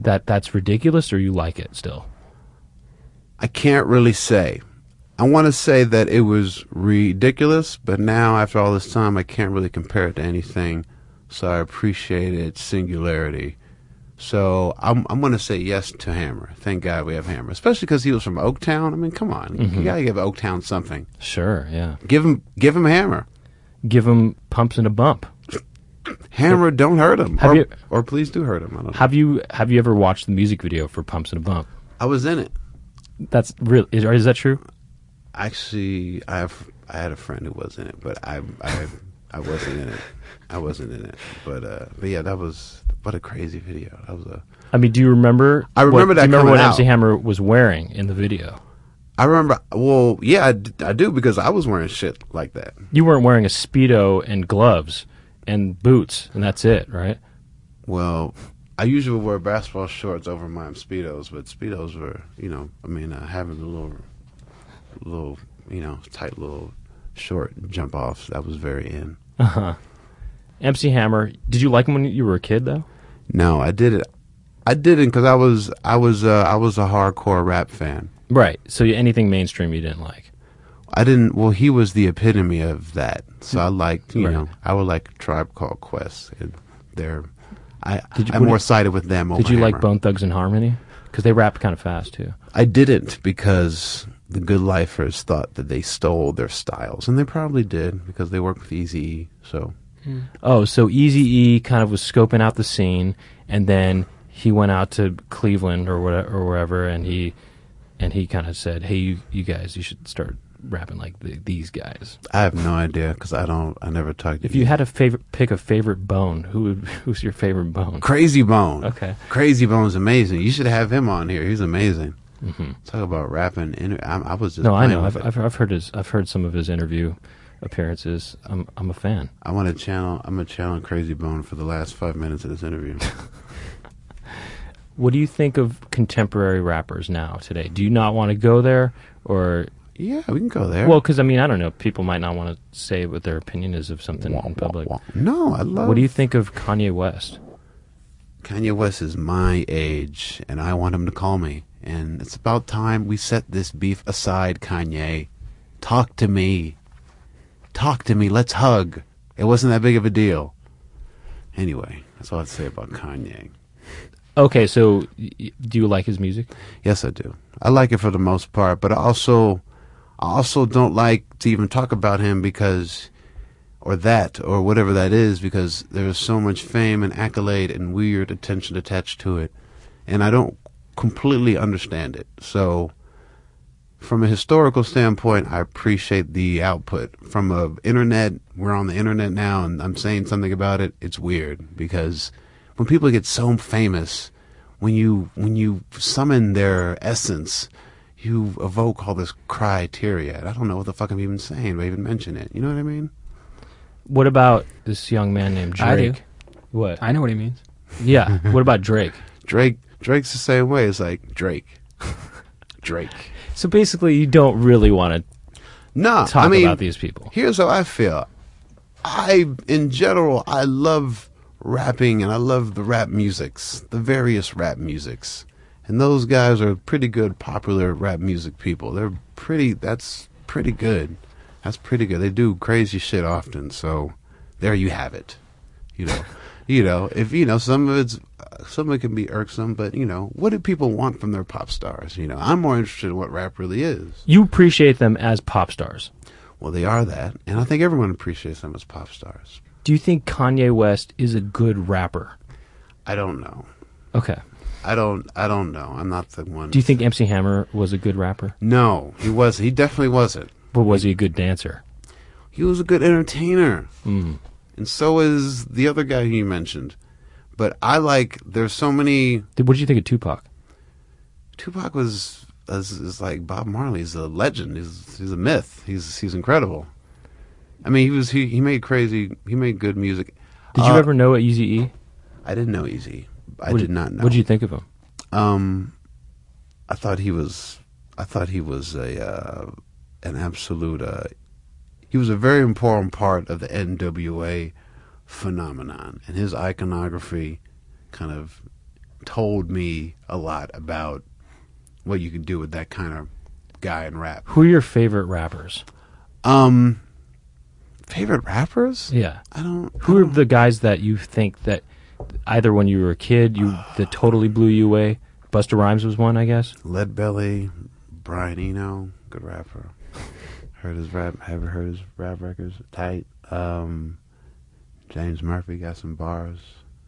that that's ridiculous, or you like it still?
I can't really say. I want to say that it was ridiculous, but now after all this time, I can't really compare it to anything. So I appreciate its singularity. So I'm I'm gonna say yes to Hammer. Thank God we have Hammer, especially because he was from Oaktown. I mean, come on, you gotta give Oaktown something.
Sure, yeah.
Give him give him Hammer.
Give him pumps and a bump.
Hammer, don't hurt him,
Have
or,
you-
or please do hurt him. I don't know.
Have you have you ever watched the music video for "Pumps and a Bump"?
I was in it.
That's real. Is, is that true?
Actually, I have I had a friend who was in it, but I I, I wasn't in it. I wasn't in it. But uh, but yeah, that was what a crazy video. That was a.
I mean, do you remember?
I remember
what,
that
Do you remember what
coming
MC
out.
Hammer was wearing in the video?
I remember. Well, yeah, I, d- I do because I was wearing shit like that.
You weren't wearing a speedo and gloves and boots, and that's it, right? *laughs*
Well, I usually wear basketball shorts over my speedos, but speedos were you know I mean uh, having a little little you know tight little short jump offs that was very in.
MC Uh-huh. Hammer. Did you like him when you were a kid, though?
No, I did it. I didn't because I was I was uh, I was a hardcore rap fan.
Right. So you- anything mainstream you didn't like.
I didn't. Well, he was the epitome of that. So I liked, you
Right.
know, I would like Tribe Called Quest. And they're, I,
Did you-
I'm
what
more
did-
sided with them. Over
Did you like
Hammer.
Bone Thugs and Harmony? Because they rap kind of fast too.
I didn't because the good lifers thought that they stole their styles, and they probably did because they worked with Easy. So
Oh, so Easy E kind of was scoping out the scene, and then he went out to Cleveland or whatever, or wherever, and he and he kind of said, "Hey, you, you guys, you should start rapping like the, these guys."
I have no idea because I don't. I never talked to
If you had a favorite, pick a favorite bone. Who would, *laughs* who's your favorite bone?
Crazy Bone.
Okay.
Crazy Bone's amazing. You should have him on here. He's amazing. Talk about rapping. inter- I, I was
Mm-hmm.
just
No, I
playing
know.
with
I've,
it.
I've I've heard his I've heard some of his interview appearances. I'm I'm a fan.
I want to channel. I'm gonna channel Crazy Bone for the last five minutes of
*laughs*
this interview.
What do you think of contemporary rappers now today? Do you not want to go there, or
yeah, we can go there.
well, because I mean, I don't know. People might not want to say what their opinion is of something
Wah,
in
wah,
public.
wah. No, I love.
What do you think of Kanye West?
Kanye West is my age, and I want him to call me. And it's about time we set this beef aside, Kanye. Talk to me. Talk to me. Let's hug. It wasn't that big of a deal. Anyway, that's all I'd say about Kanye.
Okay, so y- y- do you like his music?
Yes, I do. I like it for the most part, but I also, I also don't like to even talk about him because, or that, or whatever that is, because there is so much fame and accolade and weird attention attached to it, and I don't completely understand it. So, from a historical standpoint, I appreciate the output. From a internet, we're on the internet now, and I'm saying something about it. It's weird because when people get so famous, when you when you summon their essence, you evoke all this criteria. And I don't know what the fuck I'm even saying. Do I even mention it? You know what I mean?
What about this young man named Drake?
I do.
What?
I know what he means.
yeah. What about Drake?
Drake Drake's the same way. It's like Drake, *laughs* Drake.
So basically, you don't really want
Nah,
to talk
I mean,
about these people.
Here's how I feel. I, in general, I love rapping and I love the rap musics, the various rap musics. And those guys are pretty good, popular rap music people. They're pretty, that's pretty good. That's pretty good. They do crazy shit *laughs* often. So there you have it. You know, you know, if, you know, some of it's, some of it can be irksome, but you know, what do people want from their pop stars? You know, I'm more interested in what rap really is.
You appreciate them as pop stars.
Well, they are that, and I think everyone appreciates them as pop stars.
Do you think Kanye West is a good rapper?
I don't know.
Okay.
I don't. I don't know. I'm not the one.
Do you think MC Hammer was a good rapper?
No, he was. He definitely wasn't.
But was he a good dancer?
He was a good entertainer,
Mm.
and so is the other guy who you mentioned. But I like. There's so many.
Did, what did you think of Tupac?
Tupac was is, is like Bob Marley. He's a legend. He's he's a myth. He's he's incredible. I mean, he was he, he made crazy. He made good music.
Did you
Uh,
ever know Eazy-E?
I didn't know Easy. I
What
did not know.
What did you think of him?
Um, I thought he was. I thought he was a uh, an absolute. Uh, he was a very important part of the NWA phenomenon, and his iconography kind of told me a lot about what you can do with that kind of guy in rap.
Who are your favorite rappers?
Um, favorite rappers?
Yeah.
I don't.
Who are the guys that you think that either when you were a kid you that totally blew you away? Busta Rhymes was one, I guess.
Leadbelly, Brian Eno, good rapper. Heard his rap, have heard his rap records tight. Um, James Murphy got some bars.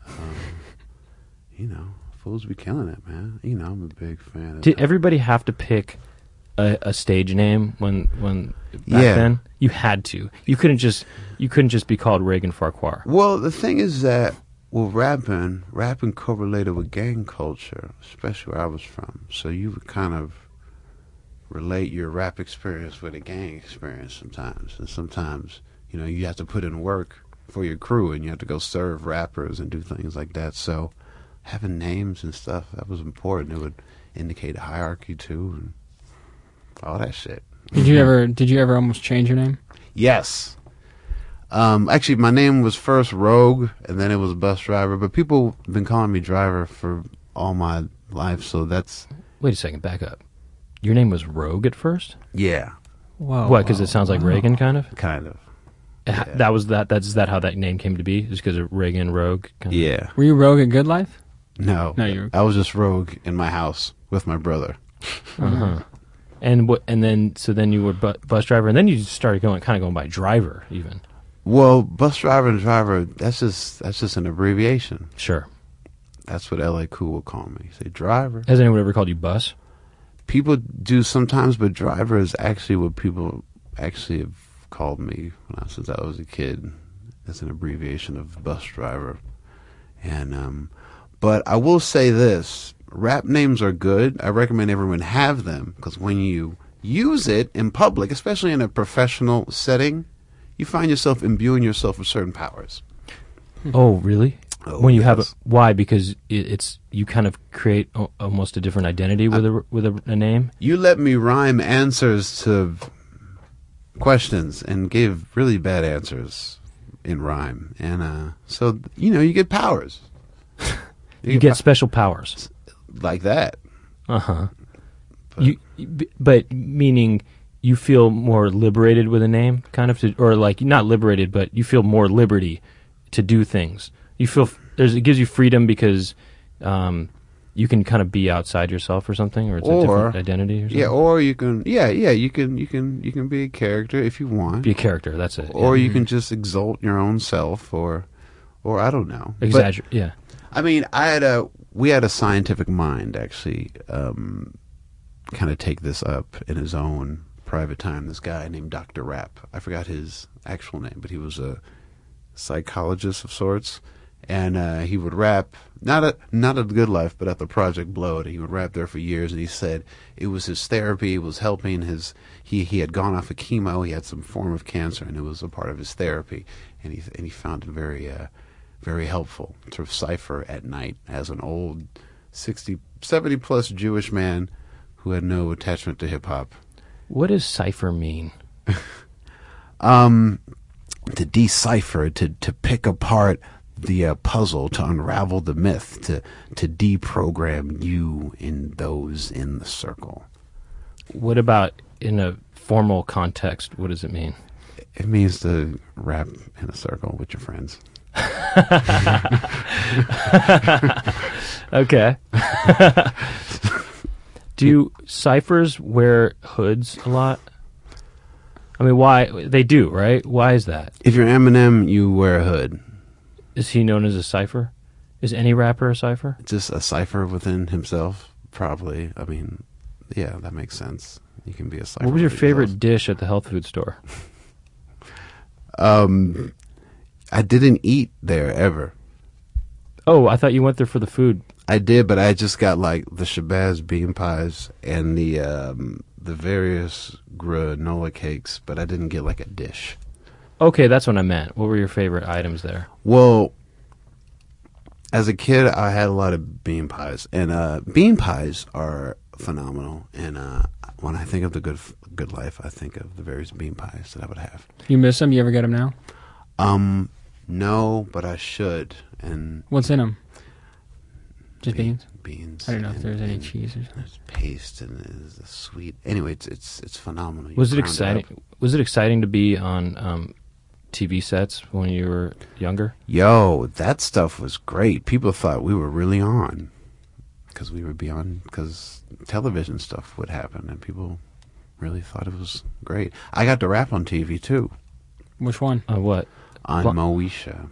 Um, you know, fools be killing it, man. You know, I'm a big fan. Of
Did everybody have to pick a, a stage name when when back
Yeah.
then? You had to. You couldn't just you couldn't just be called Reagan Farquhar.
Well, the thing is that well, rapping, rapping correlated with gang culture, especially where I was from. So you would kind of relate your rap experience with a gang experience sometimes, and sometimes you know you have to put in work for your crew, and you have to go serve rappers and do things like that. So having names and stuff that was important. It would indicate a hierarchy too, and all that shit.
Did
Mm-hmm.
you ever? Did you ever almost change your name?
Yes. Um, actually, my name was first Rogue, and then it was Bus Driver. But people have been calling me Driver for all my life, so that's
Wait a second, back up. Your name was Rogue at first.
yeah,
Whoa.
Oh,
what? Because it sounds like Reagan, kind of.
kind of
Ha- That was that. That's is that how that name came to be? Just because of Reagan Rogue. Kind of?
yeah.
Were you Rogue at Good Life?
No,
No, you're-
I was just Rogue in my house with my brother.
Uh-huh. And what? And then so then you were bu- bus driver, and then you just started going kind of going by driver even.
Well, Bus Driver and Driver, that's just that's just an abbreviation.
Sure.
That's what LA Cool will call me. Say Driver.
Has anyone ever called you bus?
People do sometimes, but Driver is actually what people actually have called me when I, since I was a kid. It's an abbreviation of bus driver. And um, but I will say this: rap names are good. I recommend everyone have them because when you use it in public, especially in a professional setting, you find yourself imbuing yourself with certain powers.
Oh, really?
Oh,
when you have a,
yes.
why? Because it, it's you kind of create a, almost a different identity with a with a, a name.
You let me rhyme answers to questions and gave really bad answers in rhyme. And uh, so, you know, you get powers.
*laughs* You, get special powers.
pow- like that.
Uh huh.
Uh-huh.
You, b- but meaning you feel more liberated with a name, kind of, to, or like not liberated, but you feel more liberty to do things. You feel f- there's it gives you freedom because um, you can kind of be outside yourself or something, or it's a
Or-
different identity. Or something.
Yeah, or you can yeah, yeah, you can you can you can be a character if you want.
be a Mm-hmm. character. That's it.
or
yeah.
you can just exalt your own self or or I don't know. But-
exaggerate. Yeah.
I mean, I had a we had a scientific mind actually um, kind of take this up in his own private time. This guy named Dr. Rapp. I forgot his actual name, but he was a psychologist of sorts, and uh, he would rap not at not at Good Life, but at the Project Blow. He would rap there for years, and he said it was his therapy. It was helping his he he had gone off of chemo. He had some form of cancer, and it was a part of his therapy, and he and he found it very. Uh, very helpful to cipher at night as an old 60, 70 plus Jewish man who had no attachment to hip hop.
What does cipher mean?
Um, to decipher, to, to pick apart the uh, puzzle, to unravel the myth, to, to deprogram you and those in the circle.
What about in a formal context? What does it mean?
It means to rap in a circle with your friends.
okay. *laughs* do ciphers wear hoods a lot? I mean, why they do, right? Why is that?
If you're Eminem, you wear a hood.
Is he known as a cipher? Is any rapper a cipher?
Just a cipher within himself, probably. I mean, yeah, that makes sense. You can be a cipher.
What was your
within yourself.
favorite dish at the health food store?
Um, I didn't eat there ever.
Oh, I thought you went there for the food.
I did, but I just got like the Shabazz bean pies and the um, the various granola cakes, but I didn't get like a dish.
Okay, that's what I meant. What were your favorite items there?
Well, as a kid, I had a lot of bean pies, and uh, bean pies are phenomenal. And uh, when I think of the good good life, I think of the various bean pies that I would have.
You miss them? You ever get them now?
Um, no, but I should. And
What's in them? Just
be-
beans.
Beans.
I don't know if
and-
there's any
and
cheese or something.
There's paste and there's a sweet. Anyway, it's it's it's phenomenal. You
Was it
round
exciting?
up.
Was it exciting to be on um, TV sets when you were younger?
Yo, that stuff was great. People thought we were really on because we were beyond because television stuff would happen and people really thought it was great. I got to rap on TV too
Which one?
On Uh, what?
on
Well-
Moesha.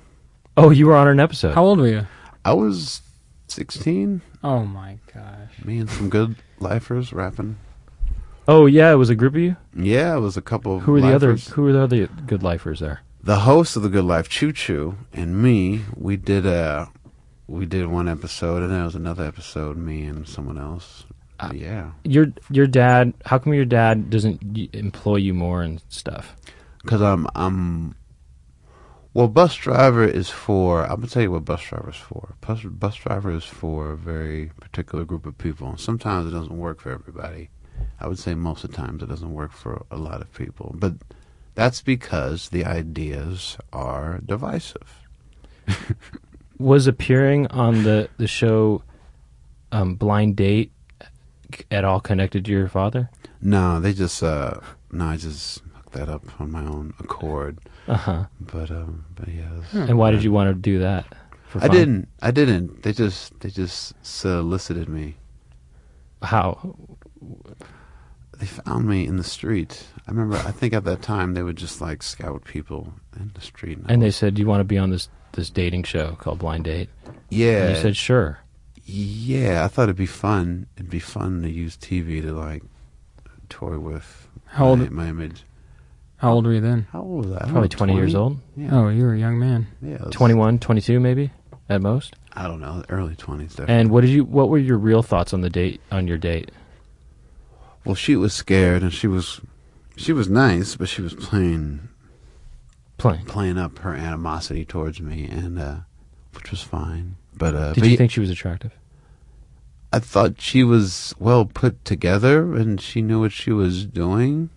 Oh, you were on an
Uh,
episode.
How old were you?
I was sixteen.
Oh my gosh.
Me and some good lifers rapping.
oh yeah, it was a group of you.
Yeah, it was a couple. of
Who were the other?
lifers.
Who were the other good lifers there?
the host of the Good Life, Choo Choo, and me, we did a we did one episode, and there was another episode, me and someone else.
Uh,
yeah,
Your your dad. How come your dad doesn't y- employ you more and stuff?
because I'm I'm well, bus driver is for. I'm gonna tell you what bus driver is for. Bus, bus driver is for a very particular group of people. And sometimes it doesn't work for everybody. I would say most of the times it doesn't work for a lot of people, but that's because the ideas are divisive.
Was appearing on the the show, um, Blind Date, at all connected to your father?
No, they just uh no, I just hooked that up on my own accord.
Uh huh.
But um but yeah. it's-
And why did you want to do that? For
I
fun?
didn't. I didn't. They just they just solicited me.
How?
They found me in the street. I remember I think at that time they would just like scout people in the street. I
And they
was-
said, "Do you want to be on this this dating show called Blind Date?" And
Yeah.
you said, "Sure."
yeah, I thought it'd be fun. It'd be fun to use TV to like toy with
How old-
my, my image.
How old were you then?
How old was I? I
Probably
was
20 years old.
Yeah.
Oh, you were a young man.
yeah. I was-
21, 22 maybe at most.
I don't know, early 20s definitely.
And what did you what were your real thoughts on the date on your date?
Well, she was scared, and she was, she was nice, but she was playing
Playing.
playing up her animosity towards me, and uh, which was fine. But uh,
Did
but
you think she was attractive?
I thought she was well put together, and she knew what she was doing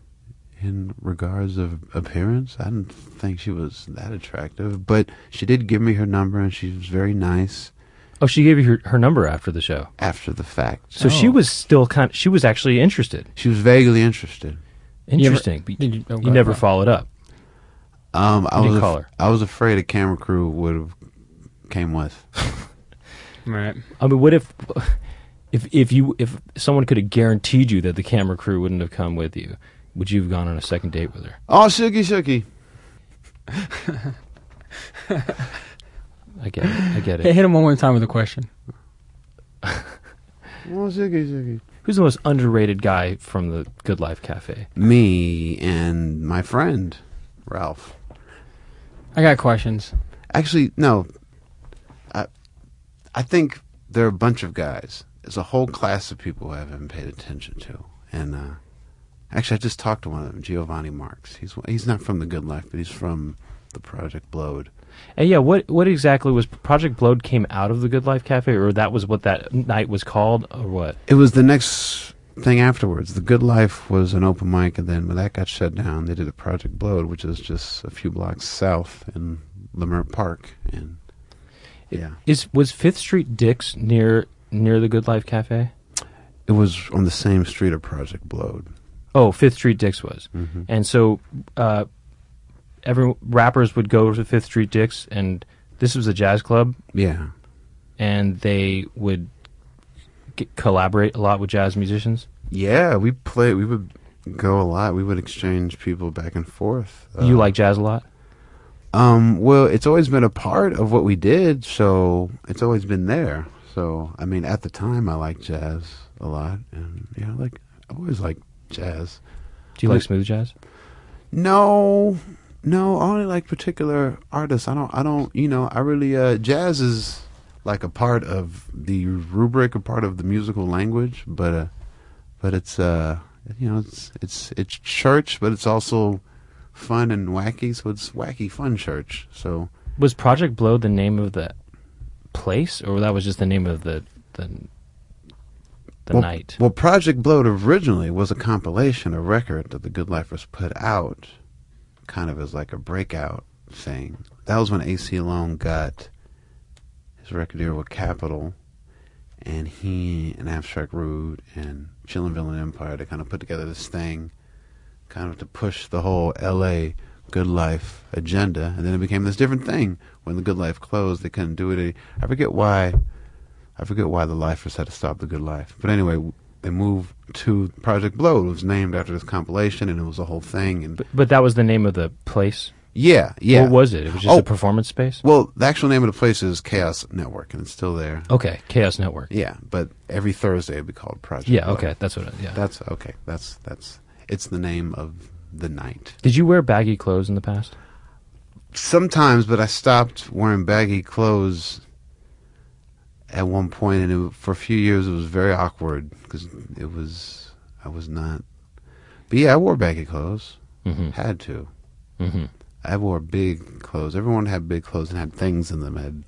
in regards of appearance. I didn't think she was that attractive, but she did give me her number, and she was very nice
Oh, she gave you her, her number after the show.
after the fact.
So
Oh.
she was still kind she was actually interested.
she was vaguely interested.
ever-
Interesting. but You,
did you- oh, go
you never
ahead.
followed up.
Um, I
You didn't
was
call her.
I was afraid a camera crew would have came with.
Right.
I mean, what if *laughs* if if you if someone could have guaranteed you that the camera crew wouldn't have come with you, would you have gone on a second date with her?
Oh, shooky, shooky.
I get it. I get
Hey,
it.
hit him one more time with a question.
Oh, shooky, shooky.
Who's the most underrated guy from the Good Life Cafe?
Me and my friend, Ralph.
I got questions.
Actually, no. I, I think there are a bunch of guys. There's a whole class of people I haven't paid attention to. And uh, actually, I just talked to one of them, Giovanni Marks. He's he's not from the Good Life, but he's from the Project Blowed.
And yeah, what what exactly was Project Bloat came out of the Good Life Cafe, or that was what that night was called, or what?
It was the next thing afterwards. The Good Life was an open mic, and then when that got shut down, they did a Project Blowed, which is just a few blocks south in Limerick Park. And yeah,
Is was Fifth Street Dick's near near the Good Life Cafe?
it was on the same street of Project Blowed.
Oh, Fifth Street Dick's was,
Mm-hmm.
and so uh, every rappers would go to Fifth Street Dick's, and this was a jazz club,
Yeah,
and they would get, collaborate a lot with jazz musicians.
Yeah, we play. We would go a lot. We would exchange people back and forth. Uh,
you like jazz a lot.
Um, well, it's always been a part of what we did, so it's always been there. So, I mean, at the time, I liked jazz a lot, and yeah, I like I always liked jazz.
Do you like
Like-
smooth jazz?
No, no, I only like particular artists. I don't, I don't, you know, I really, uh, jazz is like a part of the rubric, a part of the musical language, but, uh, but it's, uh, you know, it's, it's, it's church, but it's also fun and wacky, so it's wacky, fun church. So,
Was Project Blow the name of the place, or that was just the name of the the, the
well,
night?
Well, Project Bloat originally was a compilation, a record that the Good Lifers put out, kind of as like a breakout thing. That was when AC Long got his record deal with Capitol, and he and Abstract Rude and Chillin' Villain Empire to kind of put together this thing, kind of to push the whole LA Good Life agenda. And then it became this different thing. When the Good Life closed, they couldn't do it. any- I forget why. I forget why the lifers had to stop the good life. But anyway, they moved to Project Blow. It was named after this compilation, and it was a whole thing. And
But, but that was the name of the place.
yeah, yeah.
What was it? It was just
Oh.
a performance space.
Well, the actual name of the place is Chaos Network, and it's still there.
Okay, Chaos Network.
Yeah, but every Thursday it'd be called Project.
Yeah.
Blow.
Okay, that's what. It, yeah.
That's okay. That's that's it's the name of the night.
Did you wear baggy clothes in the past?
Sometimes, but I stopped wearing baggy clothes at one point, and it, for a few years it was very awkward because it was I was not. But yeah, I wore baggy clothes.
Mm-hmm.
Had to.
Mm-hmm.
I wore big clothes. Everyone had big clothes and had things in them. Had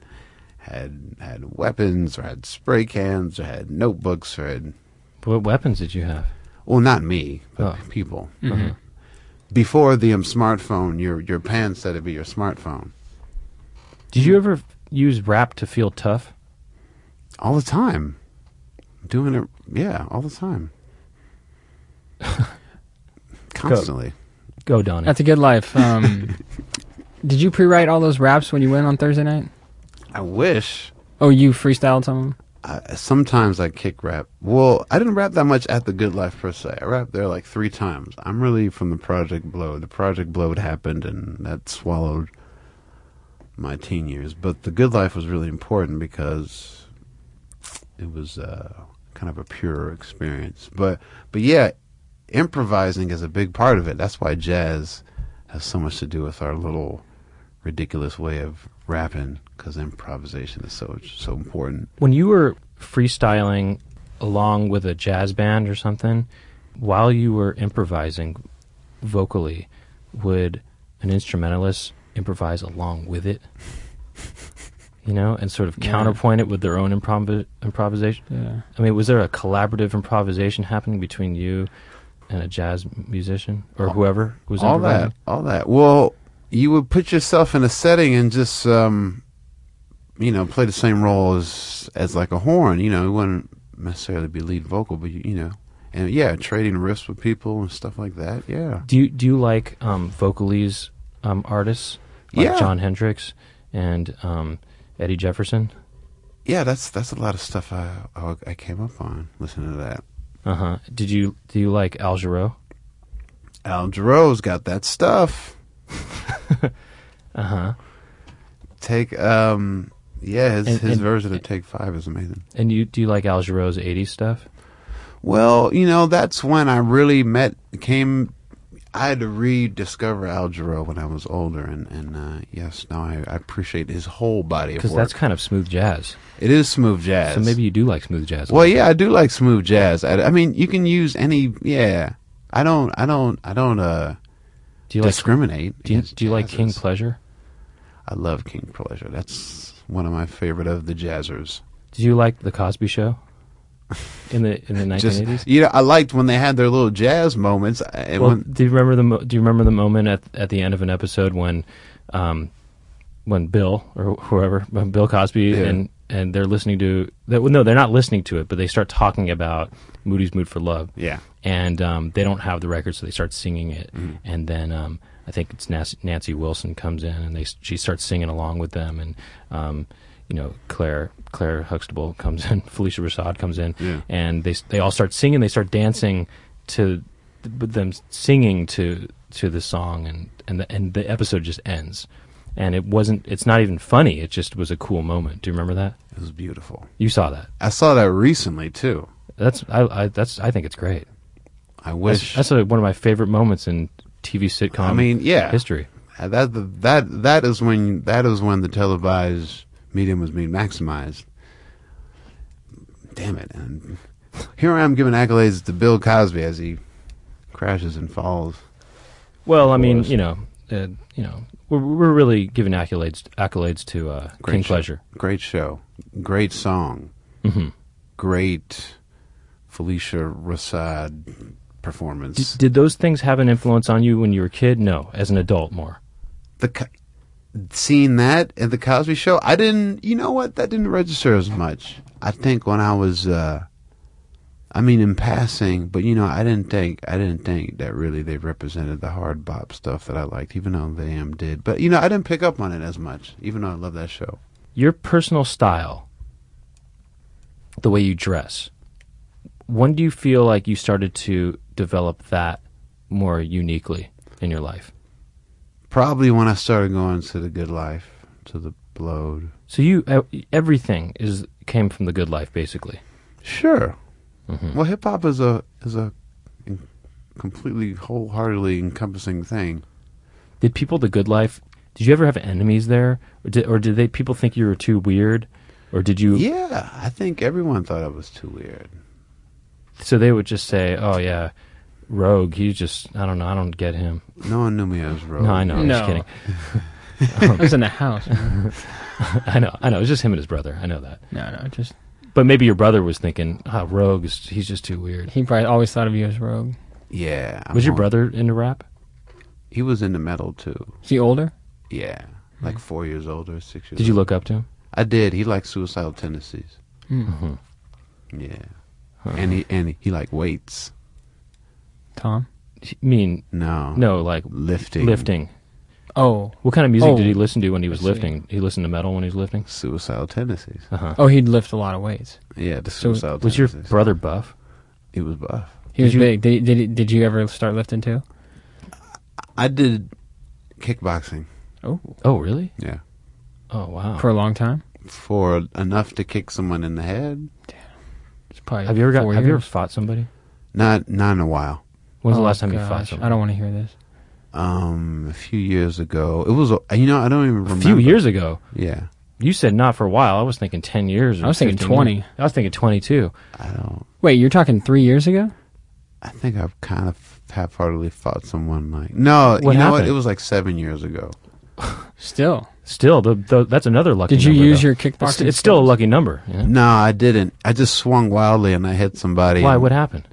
had had weapons or had spray cans or had notebooks or had
What weapons did you have?
well, not me, but
Oh.
people. Before the um, smartphone, your your pants had to be your smartphone
Did you ever use rap to feel tough?
all the time. Doing it, yeah, all the time, constantly.
Go, Donnie.
That's a good life. *laughs* Um, did you pre-write all those raps when you went on Thursday night?
I wish.
Oh, you freestyled some of them.
I, sometimes I kick rap. Well, I didn't rap that much at the Good Life per se. I rapped there like three times. I'm really from the Project Blow. The Project Blow had happened, and that swallowed my teen years. But the Good Life was really important because it was uh, kind of a pure experience. But but yeah, improvising is a big part of it. That's why jazz has so much to do with our little ridiculous way of rapping because improvisation is so so important.
when you were freestyling along with a jazz band or something, while you were improvising vocally, would an instrumentalist improvise along with it? You know, and sort of
Yeah.
counterpoint it with their own improv- improvisation.
Yeah.
I mean, was there a collaborative improvisation happening between you and a jazz musician or whoever was
all
improvising?
that all that well you would put yourself in a setting and just um you know play the same role as as like a horn you know it wouldn't necessarily be lead vocal but you, you know and yeah trading riffs with people and stuff like that yeah
Do you do you like um, vocalese um, artists like
Yeah.
John Hendricks and um, Eddie Jefferson?
yeah that's that's a lot of stuff i i, I came up on listening to that
Uh huh. Did you do you like Al Jarreau?
al jarreau's got that
*laughs*
stuff
Uh huh.
take um yeah his,
And-
his
and-
version of take five is amazing
And you do you like Al Jarreau's '80s stuff?
Well, you know, that's when I really met, came. I had to rediscover Al Jarreau when I was older, and and uh, yes, now I, I appreciate his whole body of
Because
work.
that's kind of smooth jazz.
it is smooth jazz.
So maybe you do like smooth jazz.
Well, yeah, I do like smooth jazz. I, I mean, you can use any. Yeah, I don't. I don't. I don't. Uh,
do you like
discriminate.
do you,
against
do you like King
jazzes.
Pleasure?
I love King Pleasure. That's one of my favorite of the jazzers.
Did you like the Cosby
*laughs*
Show in the in the 1980s?
Just you know, I liked when they had their little jazz moments. uh, And
well,
when,
do you remember the mo- do you remember the moment at at the end of an episode when, um, when Bill or whoever when Bill Cosby
Yeah.
and and they're listening to that? No, they're not listening to it, but they start talking about Moody's Mood for Love.
yeah.
and um, they don't have the record, so they start singing it. And then um, I think it's Nancy, Nancy Wilson comes in, and they she starts singing along with them, and um, you know Claire Claire Huxtable comes in, *laughs* Felicia Rashad comes in,
Yeah.
and they s- they all start singing. They start dancing to with them singing to to the song, and and the, and the episode just ends. And it wasn't. It's not even funny. It just was a cool moment. Do you remember that?
It was beautiful.
You saw that.
I saw that recently too.
That's I. I that's I think it's great.
I
That's-
wish.
That's, a, one of my favorite moments in TV sitcom.
I mean, yeah,
history.
Uh, That that that is when that is when the televised medium was being maximized. Damn it! And here I am giving accolades to Bill Cosby as he crashes and falls.
Well, I mean,
course.
you know, uh, you know, we're, we're really giving accolades accolades to uh,
Great
King
show.
Pleasure.
Great show, great song,
hmm
great Felicia Rashad
D-
performance.
did those things have an influence on you when you were a kid? No, as an adult, more.
the Co- seeing that and the Cosby Show, I didn't. You know what? That didn't register as much. I think when I was, uh I mean, in passing, but you know, I didn't think I didn't think that really they represented the hard bop stuff that I liked, even though they am did. But you know, I didn't pick up on it as much, even though I love that show.
Your personal style, the way you dress. When do you feel like you started to develop that more uniquely in your life?
Probably when I started going to the Good Life, to the Bloat.
So you e- everything is came from the good life, basically.
Sure.
Mhm.
Mm-hmm. Well, hip hop is a is a completely wholeheartedly encompassing thing.
Did people the good life? Did you ever have enemies there, or did, or did they people think you were too weird, or did you?
Yeah, I think everyone thought I was too weird.
So they would just say, "Oh yeah, rogue. He's just I don't know. I don't get him."
No one knew me as Rogue.
No, I know. I'm just
No.
kidding.
*laughs*
*laughs*
I was in the house. man. *laughs*
I know. I know. It's just him and his brother. I know that.
No, no, just
But maybe your brother was thinking, "Ah, rogue. Is, he's just too weird."
he probably always thought of you as rogue.
Yeah. I'm
Was your
on-
brother into rap?
He was into metal too.
Is he older?
Yeah, like four years older, six years.
Did you
older.
look up to him?
I did. He liked suicidal tendencies.
Mm-hmm.
Yeah. And he and he like weights.
Tom?
I mean,
No.
no, like
Lifting.
lifting.
Oh,
What kind of music
Oh.
did he listen to when he was
I see.
lifting? He listened to metal when he was lifting.
Suicidal tendencies.
Uh huh.
oh, he'd lift a lot of weights.
Yeah, the
So,
suicidal
Was your
tendencies.
brother buff?
He was buff.
He was big. Did, did did you ever start lifting too?
I did kickboxing.
Oh,
Oh really?
Yeah.
Oh wow.
for a long time.
For enough to kick someone in the head.
It's probably
Have you ever got?
four
Have you ever
years.
fought somebody?
Not not in a while.
When was
Oh,
the last time you fought
gosh.
somebody?
I don't want to hear this.
um a few years ago. It was a- you know I don't even
A
remember.
few years ago,
Yeah,
you said not for a while. I was thinking ten years. Or
I was thinking
15
20.
years. I was thinking twenty-two.
I don't.
Wait, you're talking three years ago?
I think I've kind of half-heartedly fought someone like no.
What
you know what?
happened?
It was like seven years ago.
Still,
Still, the, the, that's another lucky.
did you
number,
use
though.
your
It's,
kickboxing?
it's still a
skills?
lucky number. you know?
No, I didn't. I just swung wildly and I hit somebody.
Why?
and
What happened?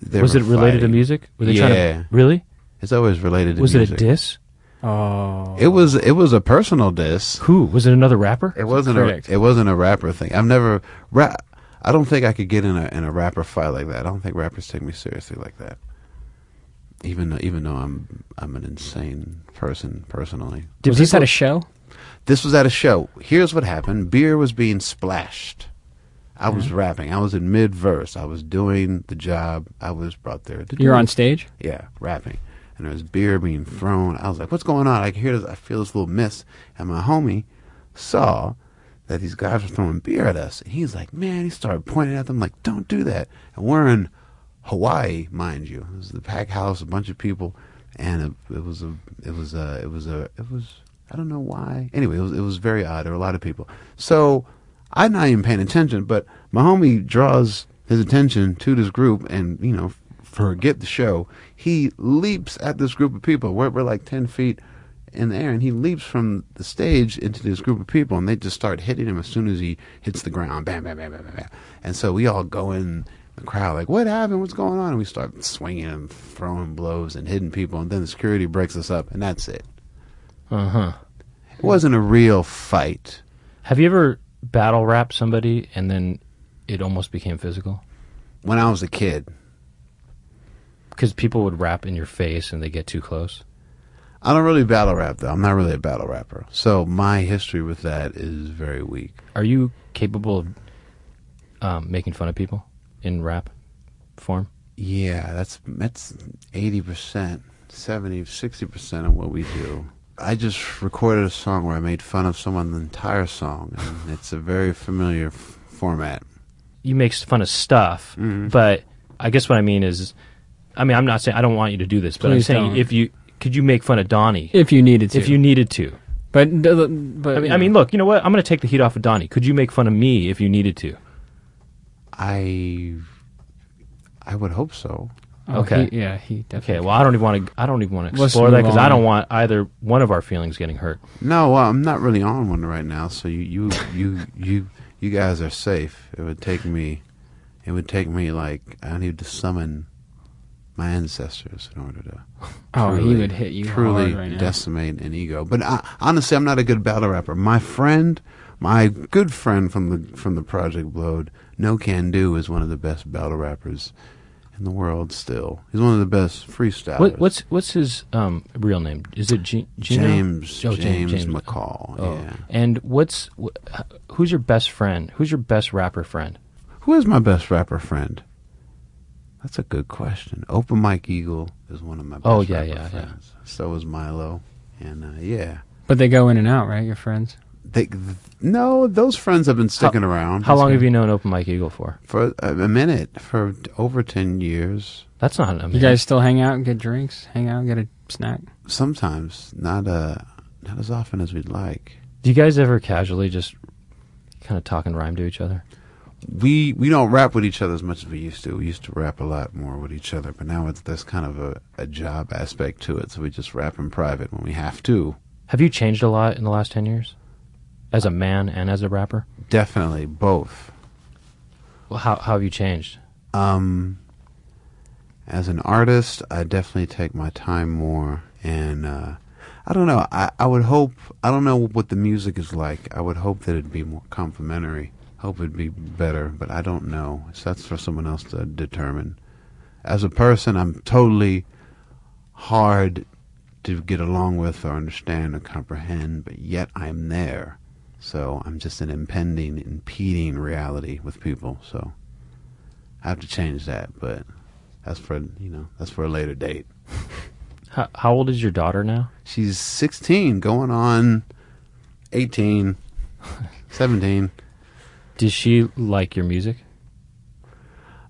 they
was
were
it related to
fighting.
music? Were they trying
Yeah.
to, really?
It's always related to
Was
music.
it a diss?
Oh,
It was. It was a personal diss.
Who was it? Another rapper?
It wasn't
critic.
a. It wasn't a rapper thing. I've never rap. I don't think I could get in a in a rapper fight like that. I don't think rappers take me seriously like that. Even though, even though I'm I'm an insane person personally.
Did
was this at
people-
a show?
This was at a show. Here's what happened. Beer was being splashed. I was
Mm-hmm.
rapping. I was in mid verse. I was doing the job. I was brought there. To do
You're on stage.
yeah, rapping. And there was beer being thrown. I was like, what's going on? I can hear this. I feel this little miss. And my homie saw that these guys were throwing beer at us. And he's like, man, he started pointing at them like, don't do that. And we're in Hawaii, mind you. It was the pack house, a bunch of people. And it, it was a, it was a, it was a, it was, I don't know why. Anyway, it was, it was very odd. There were a lot of people. So I'm not even paying attention, but my homie draws his attention to this group and, you know, forget the show. He leaps at this group of people. We're, we're like 10 feet in the air, and he leaps from the stage into this group of people, and they just start hitting him as soon as he hits the ground. Bam, bam, bam, bam, bam, bam. And so we all go in the crowd, like, what happened? What's going on? And we start swinging and throwing blows and hitting people, and then the security breaks us up, and that's it.
Uh huh.
It wasn't a real fight.
Have you ever battle rapped somebody and then it almost became physical?
When I was a kid,
Because people would rap in your face and they get too close.
I don't really battle rap, though. I'm not really a battle rapper. So my history with that is very weak.
Are you capable of um, making fun of people in rap form?
Yeah, that's that's eighty percent, 70, 60 percent of what we do. I just recorded a song where I made fun of someone the entire song, and it's a very familiar f- format.
You make fun of stuff,
Mm-hmm.
but I guess what I mean is, I mean, I'm not saying I don't want you to do this, but I'm
Please
saying
don't.
if you could you make fun of Donnie
If you needed to.
if you needed to.
But, but
I mean, I mean, look, you know what? I'm going to take the heat off of Donnie. Could you make fun of me if you needed to?
I I would hope so.
oh,
okay.
he- yeah, he definitely.
Okay, well, I don't even want to. I don't even want to
Let's
explore that
move
because I
on.
don't want either one of our feelings getting hurt.
No, well, I'm not really on one right now, so you you you you you guys are safe. It would take me it would take me like I need to summon my ancestors in order to
Oh, he
truly-
would hit you
truly
hard right now.
decimate an ego. But I, honestly, I'm not a good battle rapper. My friend, my good friend from the from the Project Blowed, No Can Do is one of the best battle rappers in the world. Still, he's one of the best freestylers.
What, what's what's his um, real name? Is it G- Gino?
James
Oh,
James, McCall?
Oh.
Yeah.
And what's wh- h- who's your best friend? Who's your best rapper friend?
Who is my best rapper friend? That's a good question. Open Mike Eagle is one of my best
Oh, yeah,
rapper
yeah, yeah.
friends. So is Milo, and uh, yeah,
But they go in and out, right? Your friends.
they th- no those friends have been sticking around.
How long have you known Open Mike Eagle for?
for a, a minute for t- over 10 years
That's not. I mean,
You guys still hang out and get drinks, hang out, get a snack.
sometimes not uh not as often as we'd like
do you guys ever casually just kind of talk and rhyme to each other?
we we don't rap with each other as much as we used to we used to rap a lot more with each other but now it's there's kind of a, a job aspect to it so we just rap in private when we have to
Have you changed a lot in the last ten years, as a man and as a rapper?
definitely both
Well, how how have you changed?
um as an artist i definitely take my time more and uh i don't know i i would hope i don't know what the music is like i would hope that it'd be more complimentary hope it'd be better but i don't know so that's for someone else to determine as a person i'm totally hard to get along with or understand or comprehend but yet i'm there so i'm just an impending impeding reality with people so I have to change that, but that's for you know that's for a later date.
How, how old is your daughter now?
She's 16, going on *laughs* 18, 17.
Does she like your music?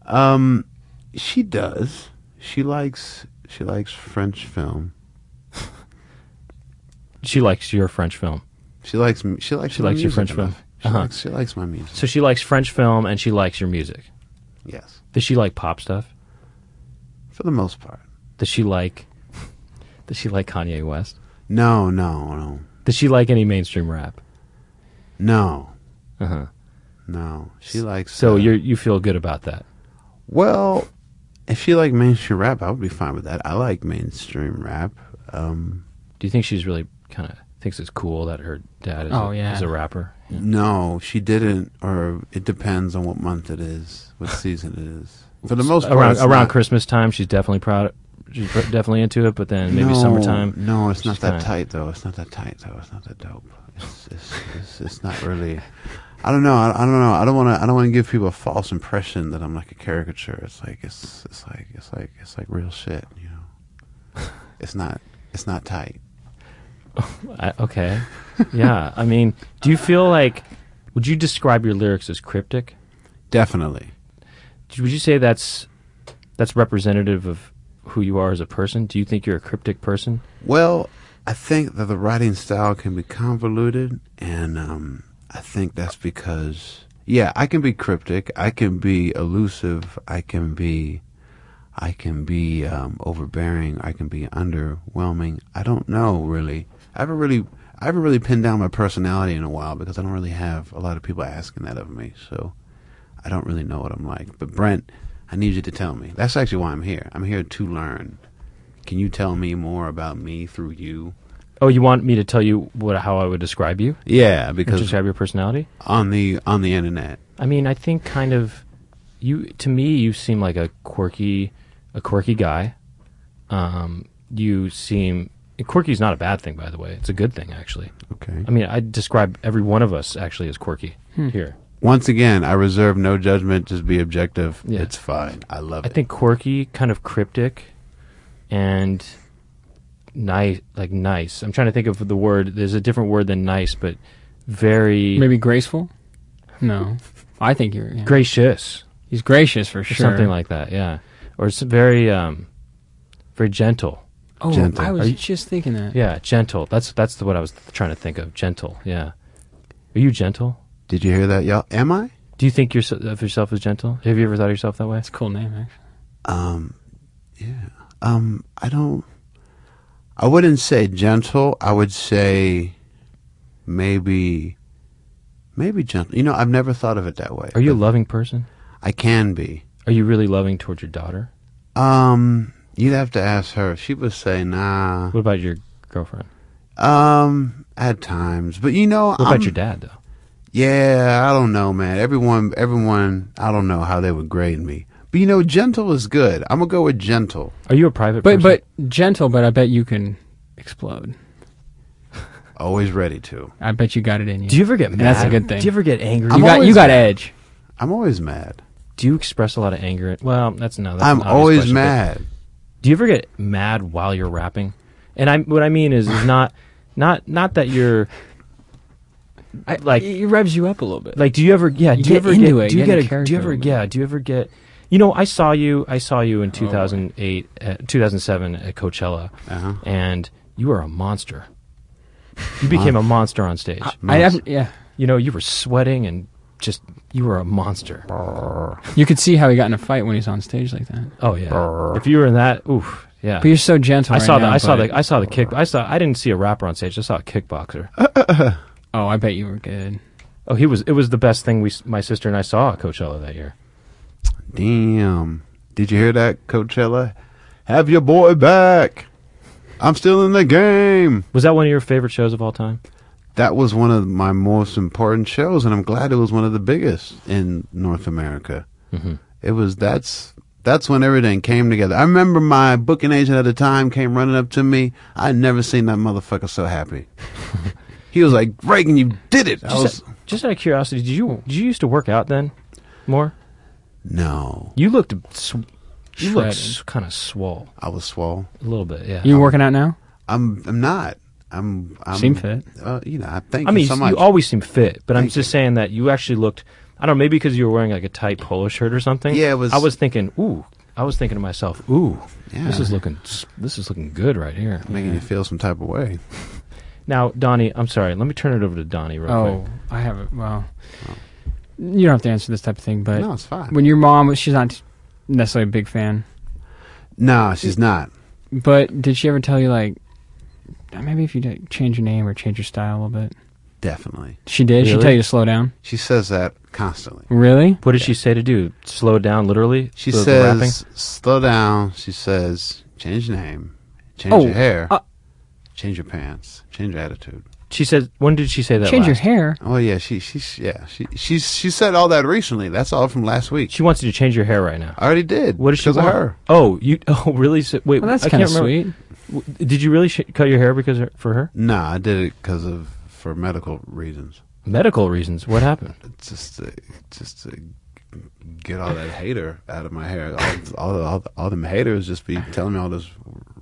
Um, she does. She likes she likes French film.
She likes your French film.
She likes m- she likes
She
my
likes your
music
French film.
enough. She,
Uh-huh.
likes, she likes my music.
So she likes French film and she likes your music.
Yes,
Does she like pop stuff?
for the most part.
Does she like *laughs* Does she like Kanye West?
No, no, no,
Does she like any mainstream rap?
no,
Uh-huh.
no. She likes
So
uh,
you you feel good about that.
Well, if she liked mainstream rap, I would be fine with that. I like mainstream rap. Um,
Do you think she's really kind of thinks it's cool that her dad is,
Oh,
a,
yeah.
is a rapper? Yeah.
No, she didn't, or it depends on what month it is,
*laughs*
what season it is. For the most part,
around
it's
around
not-
Christmas time, she's definitely proud. She's pr- definitely into it, but then maybe
No,
summertime.
No, it's not
She's
that
kinda-
tight though. It's not that tight though. It's not that dope. It's it's, it's, it's not really. I don't know. I, I don't know. I don't want to. I don't want to give people a false impression that I'm like a caricature. It's like it's it's like it's like it's like real shit. You know,
*laughs*
it's not it's not tight.
I, okay, yeah. I mean, do you feel like? Would you describe your lyrics as cryptic?
Definitely.
would you say that's that's representative of who you are as a person? Do you think you're a cryptic person?
Well, I think that the writing style can be convoluted, and um, I think that's because, yeah, I can be cryptic, I can be elusive, I can be, I can be um, overbearing, I can be underwhelming. I don't know really. I haven't really, I haven't really pinned down my personality in a while because I don't really have a lot of people asking that of me. So, I don't really know what I'm like. But Brent, I need you to tell me. That's actually why I'm here. I'm here to learn. Can you tell me more about me through you?
Oh, you want me to tell you what how I would describe you?
Yeah,
Or
because
Describe your personality?
on the on the internet,
I mean, I think kind of you to me you seem like a quirky a quirky guy. Um, you seem quirky's not a bad thing by the way. It's a good thing actually.
okay.
Hmm.
I mean, I describe every one of us actually as quirky here.
Once again, I reserve no judgment. Just be objective.
Yeah.
It's fine. I love
I
it.
think quirky, kind of cryptic, and nice. Like nice. I'm trying to think of the word. There's a different word than nice, but very
Maybe graceful? No. *laughs* I think you're. yeah.
gracious.
He's gracious for
or
sure.
something like that. Yeah, or it's very, um, very gentle.
Oh,
Gentle.
I
Are
was
you-
just thinking that.
Yeah, gentle. That's that's what I was trying to think of. Gentle. Yeah. Are you gentle?
Did you hear that, y'all? Am I?
Do you think yourse- of yourself as gentle? Have you ever thought of yourself that way?
That's a cool name, actually.
Um, yeah. Um, I don't. I wouldn't say gentle. I would say maybe, maybe gentle. You know, I've never thought of it that way.
Are you a loving person?
I can be.
Are you really loving towards your daughter?
Um, you'd have to ask her. She would say, "Nah."
What about your girlfriend?
Um, at times, but you know,
What about
I'm-
your dad though?
Yeah, I don't know, man. Everyone, everyone, I don't know how they would grade me. But you know, gentle is good. I'm gonna go with gentle.
Are you a private
But
person?
but gentle, but I bet you can explode.
Always ready to.
I bet you got it in you.
do you ever get mad?
That's a good thing.
Do you ever get angry?
You
I'm
got
always-
you got edge.
I'm always mad.
do you express a lot of anger? At, well, that's no. That's
I'm
an obvious
always
question, but
mad.
Do you ever get mad while you're rapping? And I what I mean is is not not not that you're
I,
like-
it it revs you up a little bit.
Like, do you ever? Yeah,
You
do you
get
ever
into
get?
it,
Do
you
you
get
get?
in
a- do you
character Oh, a
ever?
little bit.
Yeah, do you ever get? You know, I saw you. I saw you in 2008, uh, 2007 at Coachella,
Uh-huh.
and you were a monster. You became a monster on stage.
I haven't, yeah.
you know, you were sweating and just you were a monster.
You could see how he got in a fight when he's on stage like that.
Oh yeah. If you were in that, oof, yeah.
But you're so gentle.
I
right
saw the
now,
I saw
but-
the I saw the kick. I saw. I didn't see a rapper on stage. I saw a kickboxer.
Oh, I bet you were good.
Oh, he was. It was the best thing we. s- My sister and I saw at Coachella that year.
Damn. Did you hear that, Coachella? Have your boy back. I'm still in the game.
Was that one of your favorite shows of all time?
That was one of my most important shows, and I'm glad it was one of the biggest in North America.
Mhm.
It was that's that's when everything came together. I remember my booking agent at the time came running up to me. I had never seen that motherfucker
*laughs*
so happy. he was like, "Reagan, you did it!" I was
Just, just out of curiosity, did you did you used to work out then? More?
no,
You looked sw- you
Shredded.
looked s- kind of swole
I was swole.
a little bit. Yeah.
You working out now?
I'm I'm not. I'm I'm
Seem fit.
Uh, you know, I thank
I mean,
you so
you-
much.
you always seem fit, but I'm
Thank
just saying that you actually looked. I don't know, maybe because you were wearing like a tight polo shirt or something.
Yeah, it was-
I was thinking, ooh. I was thinking to myself, ooh,
Yeah.
this is looking s- this is looking good right here.
making you feel some type of way.
Now, Donnie, I'm sorry. Let me turn it over to Donnie real
Oh,
quick. Oh.
I have it. Well, you don't have to answer this type of thing, but
no, it's fine.
when your mom, she's not necessarily a big fan.
no, she's not.
But did she ever tell you like uh, maybe if you did, change your name or change your style a little bit?
Definitely.
She did. She
Really?
tell you to slow down.
She says that constantly.
Really?
What did she say to do? Slow down, literally.
She
The- the rapping?
says, "Slow down." She says, "Change your name, change
Oh,
your hair,
uh-
change your pants, change your attitude."
She said, when did she say that?
Change your
last?
hair.
Oh yeah, she she yeah she she she said all that recently. That's all from last week.
She wants you to change your hair right now.
I already did.
What is she
because of
want?
her?
Oh, you. *laughs* Oh, really? So- Wait,
Well, that's
I
kind
can't
of
remember.
sweet.
W- Did you really sh- cut your hair because of, for her
Nah, I did it because of for medical reasons.
medical reasons? What happened?
It's just to, just to get all that hater out of my hair. All all, all, all them haters just be telling me all this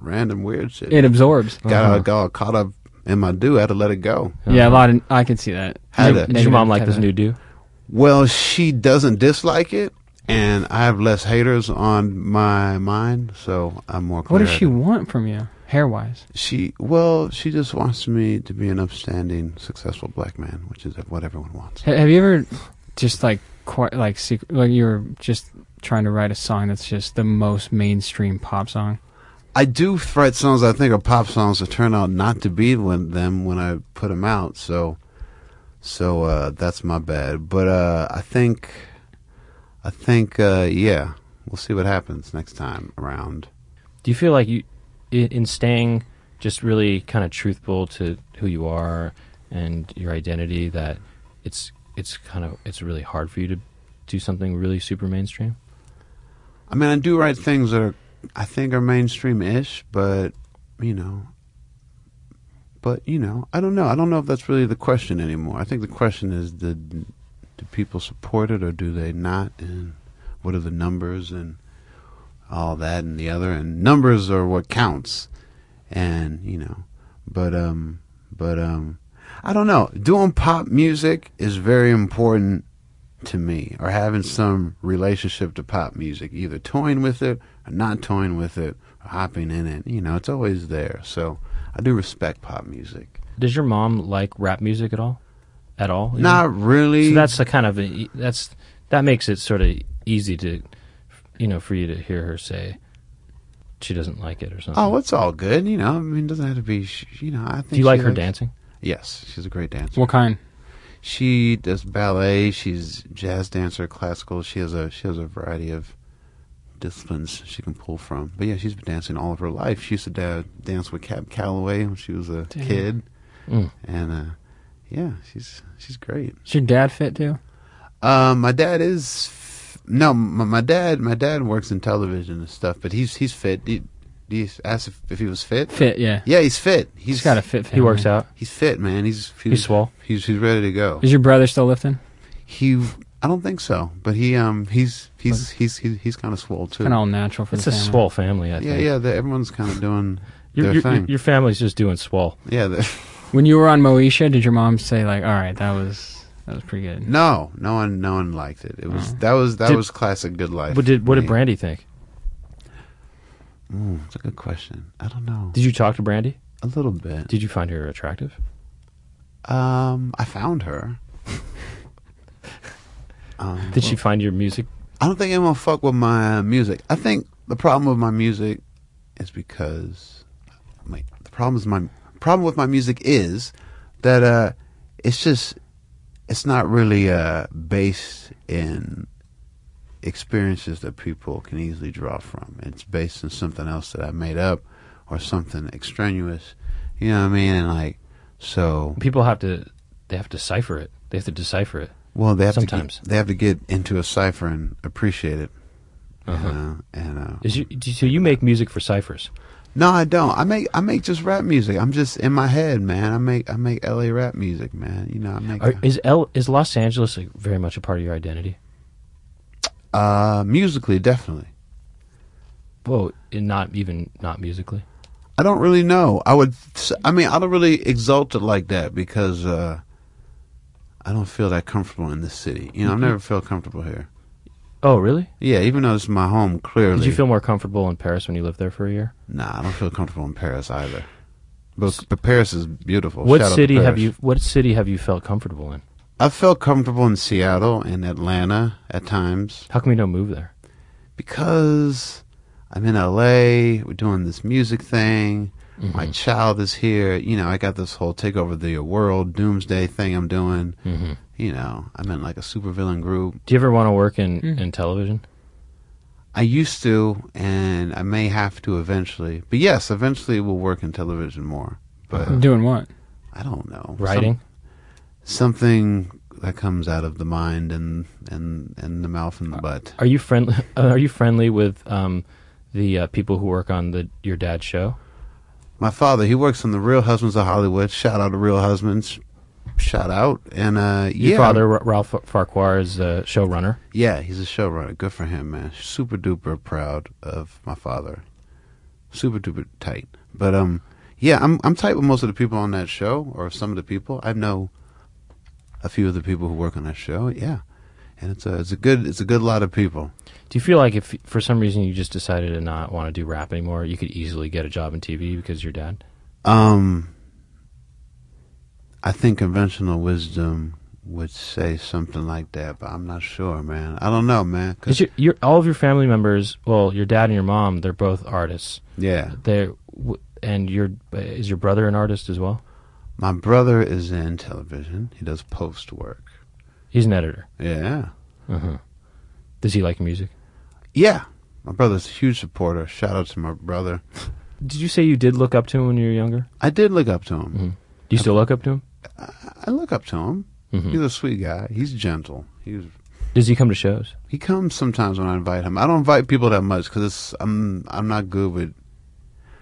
random weird shit.
It absorbs. Uh-huh.
got,
Uh-huh.
all, got all caught up in my do. Had to let it go.
Yeah, a lot of I can see that.
Had
Neg-
Did
it.
your
negative
mom like
type
this
of-
new do?
Well, she doesn't dislike it, and I have less haters on my mind, so I'm more.
What
Clear
does she
at it.
want from you, hair wise?
She well, she just wants me to be an upstanding, successful black man, which is what everyone wants.
Have you ever just like quite like secret like you were just trying to write a song that's just the most mainstream pop song?
I do write songs I think are pop songs that turn out not to be when, them when I put them out, so so uh, that's my bad. But uh, I think I think uh, yeah, we'll see what happens next time around.
Do you feel like you, i- in staying just really kind of truthful to who you are and your identity, that it's it's kind of it's really hard for you to do something really super mainstream?
I mean, I do write things that are, I think, are mainstream-ish, but you know, but you know, I don't know. I don't know if that's really the question anymore. I think the question is, did do people support it or do they not? And what are the numbers and all that and the other? And numbers are what counts. And you know, but um, but um, I don't know. Doing pop music is very important to me, or having some relationship to pop music, either toying with it or not toying with it, or hopping in it. You know, it's always there. So I do respect pop music.
Does your mom like rap music at all? At all? You
Not
know?
really.
So that's the kind of a, that's that makes it sort of easy to, you know, for you to hear her say she doesn't like it or something.
Oh, it's all good. You know, I mean, it doesn't have to be. sh- You know, I think.
Do you like
she
her
likes-
dancing?
Yes, she's a great dancer.
What kind?
she does ballet. She's jazz dancer, classical. She has a she has a variety of disciplines she can pull from. But yeah, she's been dancing all of her life. She used to da- dance with Cab Calloway when she was a
Damn.
kid,
Mm.
and uh, yeah, she's she's great.
Is your dad fit too?
Um, my dad is f- no, my, my dad. My dad works in television and stuff, but he's he's fit. Do you, do you ask if, if he was fit?
Fit, yeah.
Yeah, he's fit. He's,
He's got a fit. Family.
He works out.
He's fit, man. He's he's
He's swole.
He's he's ready to go.
Is your brother still lifting?
He, I don't think so, but he um he's he's he's he's, he's kind of swole too.
Kind of all natural for
It's
the
a
family.
swole family, I
Yeah,
think.
yeah. The, everyone's kind
*laughs*
of doing
Your,
their
your,
thing.
your family's just doing swole.
yeah. The, *laughs*
When you were on Moesha, did your mom say like, "All right, that was that was pretty good"?
no, no one, no one liked it. It was
Oh.
that was that
Did-
was classic good life.
What did what did
Brandy?
Brandy think?
Mm, that's a good question. I don't know.
Did you talk to Brandy?
A little bit.
Did you find her attractive?
Um, I
*laughs*
found her. um,
Did she find your music?
I don't think anyone fuck with my music. I think the problem with my music is because my the problem is my problem with my music is that uh it's just it's not really uh based in experiences that people can easily draw from. It's based in something else that I made up or something extraneous. You know what I mean? And like so
People have to they have to decipher it. They have to decipher it.
well they have
Sometimes.
to get, they have to get into a cipher and appreciate it. you
Uh-huh.
know? And uh
Is you, do- so you make music for ciphers.
No, I don't. I make I make just rap music. I'm just in my head, man. I make I make LA rap music, man. You know, I make
Are, is L, is Los Angeles like, very much a part of your identity?
uh musically definitely.
Whoa, and not even not musically.
I don't really know. I would s- I mean, I don't really exalt it like that because uh I don't feel that comfortable in this city. You
Mm-hmm.
know, I've never felt comfortable here.
Oh, really?
Yeah, even though it's my home clearly.
Did you feel more comfortable in Paris when you lived there for a year?
Nah, I don't feel comfortable in Paris either. But, but Paris is beautiful.
what
Shout out to
city have
Paris.
you What city have you felt comfortable in?
I felt comfortable in Seattle and Atlanta at times.
How come you don't move there?
because I'm in LA, we're doing this music thing. My child is here. You know, I got this whole take over the world doomsday thing I'm doing.
Mhm.
You know, I'm in like a supervillain group.
Do you ever want to work in
Mm.
in television?
I used to, and I may have to eventually. But yes, eventually we'll work in television more. But
Doing what?
I don't know. Some-
Writing.
something that comes out of the mind and and and the mouth and the butt.
Are you friendly? *laughs* uh, Are you friendly with um, the uh, people who work on the your dad's show?
my father he works on the real husbands of hollywood shout out to real husbands shout out and uh
Your
yeah
father, Ra- Ralph Farquhar, is the showrunner.
yeah he's a showrunner good for him man super duper proud of my father super duper tight but um yeah i'm i'm tight with most of the people on that show or some of the people i know a few of the people who work on that show yeah and it's a it's a good it's a good lot of people
Do you feel like if for some reason you just decided to not want to do rap anymore, you could easily get a job in TV because of your dad?
Um, I think conventional wisdom would say something like that, but I'm not sure, man. I don't know, man. 'cause-
Because your, your, all of your family members, well, your dad and your mom, they're both artists.
yeah,
They w- and your is your brother an artist as well?
my brother is in television. He does post work.
He's an editor.
Yeah,
Uh-huh. Does he like music?
yeah. My brother's a huge supporter. Shout out to my brother.
Did you say you did look up to him when you were younger?
I did look up to him.
Do you still look up to him?
I look up to him.
Mm-hmm.
He's a sweet guy. He's gentle. He's
Does he come to shows?
He comes sometimes when I invite him. I don't invite people that much because I'm I'm not good with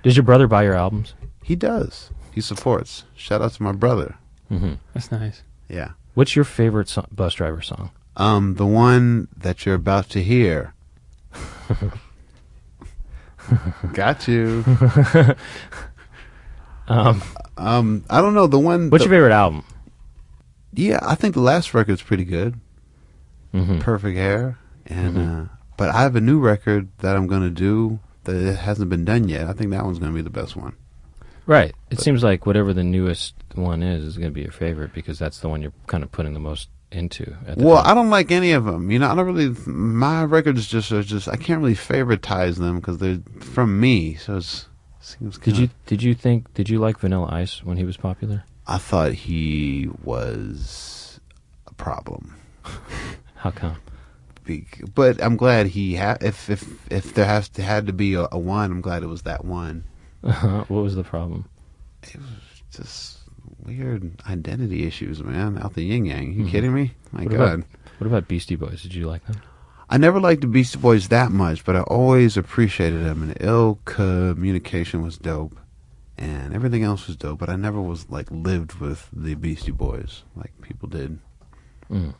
Does your brother buy your albums?
He does. He supports. Shout out to my brother.
Mm-hmm.
That's nice.
Yeah.
What's your favorite so- bus driver song?
Um, the one that you're about
*laughs*
to hear. Got you.
Um,
Um, I don't know the one.
what's
the-
your favorite album?
yeah, I think the last record's pretty good.
Mm-hmm.
Perfect Hair, and uh, but I have a new record that I'm gonna do that it hasn't been done yet. I think that one's gonna be the best one.
Right. It seems like whatever the newest one is is going to be your favorite because that's the one you're kind of putting the most into. At the
Well,
time.
I don't like any of them. You know, I don't really. My records just are just. I can't really favoritize them because they're from me. So it's seems.
did
kinda-
you did you think did you like Vanilla Ice when he was popular?
I thought he was a problem.
How come?
Be- But I'm glad he ha- if if if there has to had to be a, a one, I'm glad it was that one.
*laughs* what was the problem?
Just weird identity issues, man. Out the yin yang. You kidding me? My
Mm-hmm. What
God.
about what about Beastie Boys? Did you like them?
I never liked the Beastie Boys that much, but I always appreciated them. And ill communication was dope, and everything else was dope. But I never was like lived with the Beastie Boys like people did.
Mm.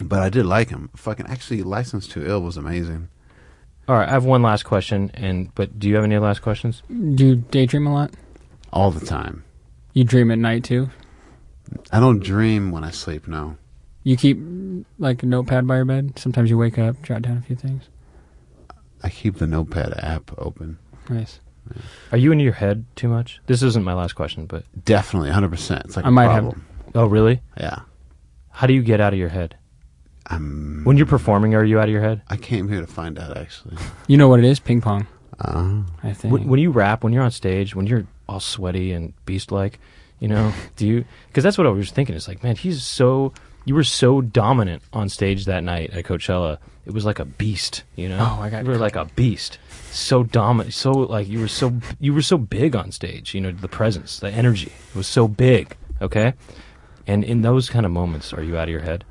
But I did like them. Fucking actually, License to Ill was amazing.
All right, I have one last question, and but do you have any last questions?
Do you daydream a lot?
All the time.
You dream at night too?
I don't dream when I sleep. No,
You keep like a notepad by your bed? Sometimes you wake up, jot down a few things.
I keep the Notepad app open.
Nice.
Are you in your head too much? This isn't my last question, but
Definitely, hundred percent. It's like
I
a
might have-
problem.
oh really?
Yeah,
How do you get out of your head
I'm.
when you're performing? Are you out of your head?
I came here to find out. Actually,
You know what it is? Ping pong,
uh,
I think.
When, when you rap, when you're on stage, when you're all sweaty and beast-like, you
*laughs*
know, do you? Because that's what I was thinking. It's like, man, he's so. You were so dominant on stage that night at Coachella. It was like a beast, you know.
Oh, I got-
you were like a beast. So dominant, so like you were so you were so big on stage. You know, the presence, the energy was so big. Okay, and in those kind of moments, are you out of your head?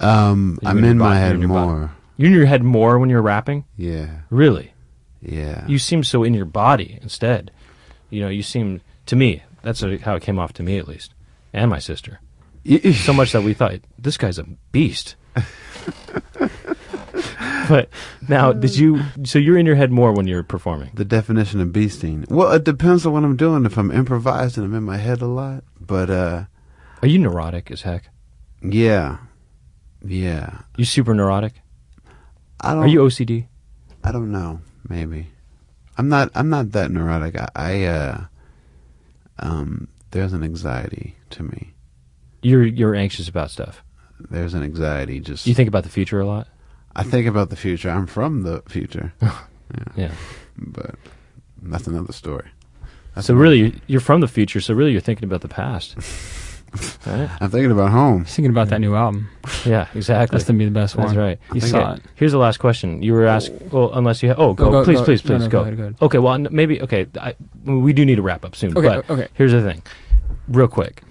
um,
You
I'm
in your
in, my
body-
head
in your body.
more.
You're in your head more when you're rapping.
Yeah,
Really,
yeah.
you seem so in your body instead. You know, you seem to me that's how it came off to me at least, and my sister. So much that we thought this guy's a beast. *laughs* but now, did you? So you're in your head more when you're performing.
*laughs* The definition of beasting. Well, it depends on what I'm doing. If I'm improvising, I'm in my head a lot. But uh,
Are you neurotic as heck?
yeah, yeah.
You super neurotic?
I don't.
Are you OCD?
I don't know. Maybe. I'm not. I'm not that neurotic. I. I uh, um. There's an anxiety to me.
You're you're anxious about stuff.
There's an anxiety. Just.
You think about the future a lot.
I think about the future. I'm from the future, *laughs*
Yeah.
but that's another story. That's
So
another-
really, you're, you're from the future. So really, you're thinking about the past. right?
I'm thinking about home.
Just thinking about that new album.
Yeah. Exactly.
That's gonna be the best one.
That's right.
You
Okay,
saw it.
Here's the last question. You were asked, well, unless you have, oh, go,
go,
please,
go.
please,
No,
please,
no,
go.
go ahead, go ahead.
Okay, well, n- maybe, okay, I, we do need to wrap up soon.
Okay,
but
o- okay.
Here's the thing, real quick.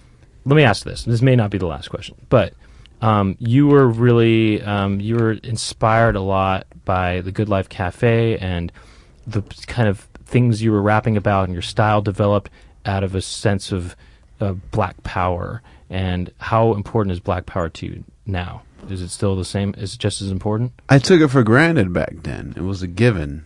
Let me ask this. This may not be the last question, but um, you were really, um, you were inspired a lot by the Good Life Cafe and the p- kind of things you were rapping about and your style developed out of a sense of uh, black power. And how important is black power to you now? Is it still the same? Is it just as important?
I took it for granted back then. It was a given,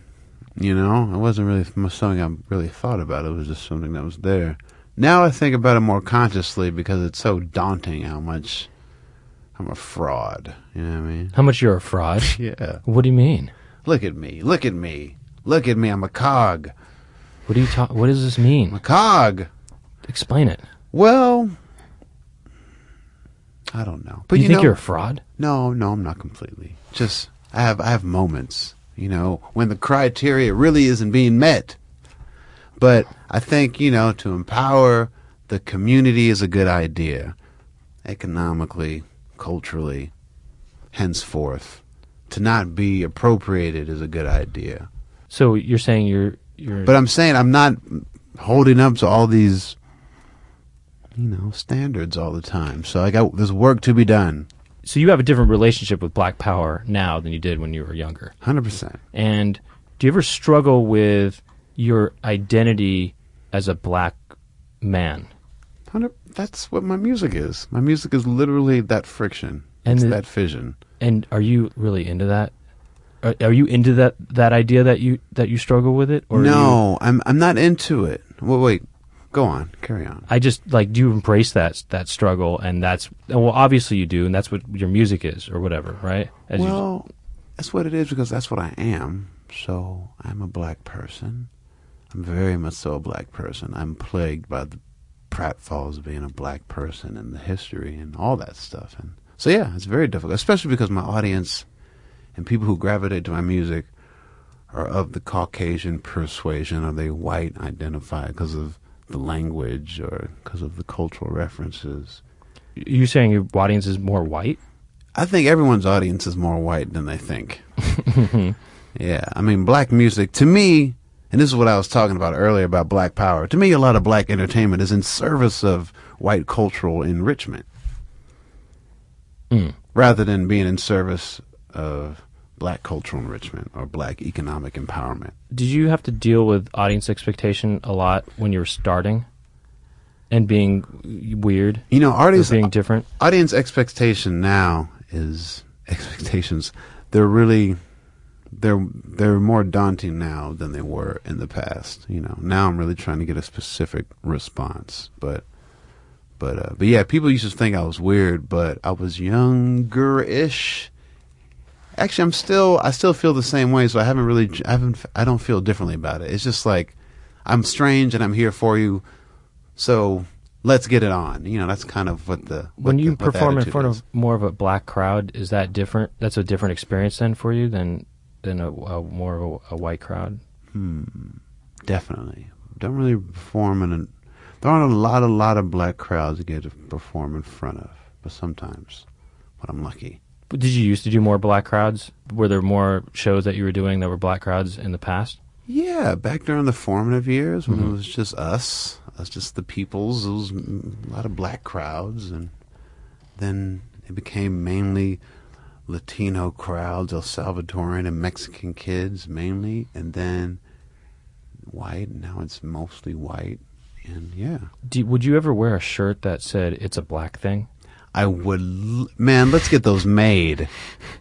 you know. It wasn't really f- something I really thought about. It was just something that was there. Now I think about it more consciously because it's so daunting how much I'm a fraud. You know what I mean?
How much you're a fraud?
*laughs*
Yeah.
What do you mean?
Look at me. Look at me. Look at me. I'm a cog.
What do you talk? What does this
I'm a
mean?
cog.
Explain it.
Well, I don't know. But
you,
you,
think
know,
you're a fraud?
No, no, I'm not completely. Just I have I have moments, you know, when the criteria really isn't being met. But I think, you know, to empower the community is a good idea economically, culturally, henceforth. To not be appropriated is a good idea.
So you're saying you're you're.
But I'm saying I'm not holding up to all these you know, standards all the time. So I got there's work to be done.
so you have a different relationship with black power now than you did when you were younger.
100%.
And do you ever struggle with your identity as a black man?
Hundred. That's what my music is. My music is literally that friction.
And
it's
the-
that fission.
And are you really into that? Are, are you into that that idea that you that you struggle with it? Or are you-
no, I'm I'm not into it. Well, wait. Go on. Carry on.
I just like do you embrace that that struggle and that's and well obviously you do and that's what your music is or whatever right? As you-
well, that's what it is because that's what I am. So I'm a black person. I'm very much so a black person. I'm plagued by the pratfalls of being a black person and the history and all that stuff. And so yeah, it's very difficult, especially because my audience and people who gravitate to my music are of the Caucasian persuasion. Are they white identified because of the language or because of the cultural references?
you saying your audience is more white?
I think everyone's audience is more white than they
*laughs*
think. yeah, I mean, black music to me, and this is what I was talking about earlier about black power. To me, a lot of black entertainment is in service of white cultural enrichment
Mm.
rather than being in service of black cultural enrichment or black economic empowerment.
Did you have to deal with audience expectation a lot when you were starting and being weird
You know,
or
artists,
being different?
audience expectation now is *laughs* expectations. They're really they're they're more daunting now than they were in the past. You know, now I'm really trying to get a specific response, but. But uh, but yeah, people used to think I was weird, but I was younger ish. Actually, I'm still I still feel the same way, so I haven't really I haven't I don't feel differently about it. It's just like I'm strange and I'm here for you, so let's get it on. You know, that's kind of what the what
when
the-
you
what the
perform in
attitude
front
is.
of more of a black crowd, is that different? That's a different experience then for you than than a, a more of a, a white crowd.
Definitely. Don't really perform in a. There aren't a lot, a lot of black crowds you get to perform in front of, but sometimes, when I'm lucky.
But Did you used to do more black crowds? Were there more shows that you were doing that were black crowds in the past?
Yeah, back during the formative years when it was just us, us just the peoples, it was mm, a lot of black crowds, and then it became mainly Latino crowds, El Salvadoran and Mexican kids mainly, and then white. Now it's mostly white, and yeah.
Do, would you ever wear a shirt that said "It's a black thing"?
I would, l- man. Let's get those made.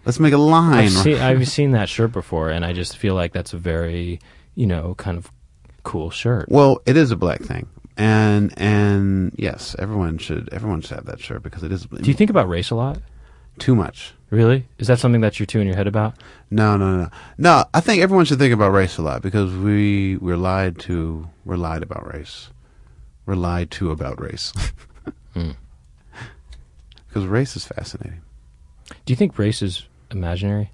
Let's make a line.
I've, seen, I've seen that shirt before, and I just feel like that's a very, you know, kind of cool shirt.
well, it is a black thing, and and yes, everyone should everyone should have that shirt because it is
Do you think about race a lot?
too much.
Really? Is that something that you're too in your head about?
No, no, no, no. I think everyone should think about race a lot because we we're lied to. We're lied about race. We're lied to about race.
*laughs* Hmm.
*laughs* Because race is fascinating.
Do you think race is imaginary?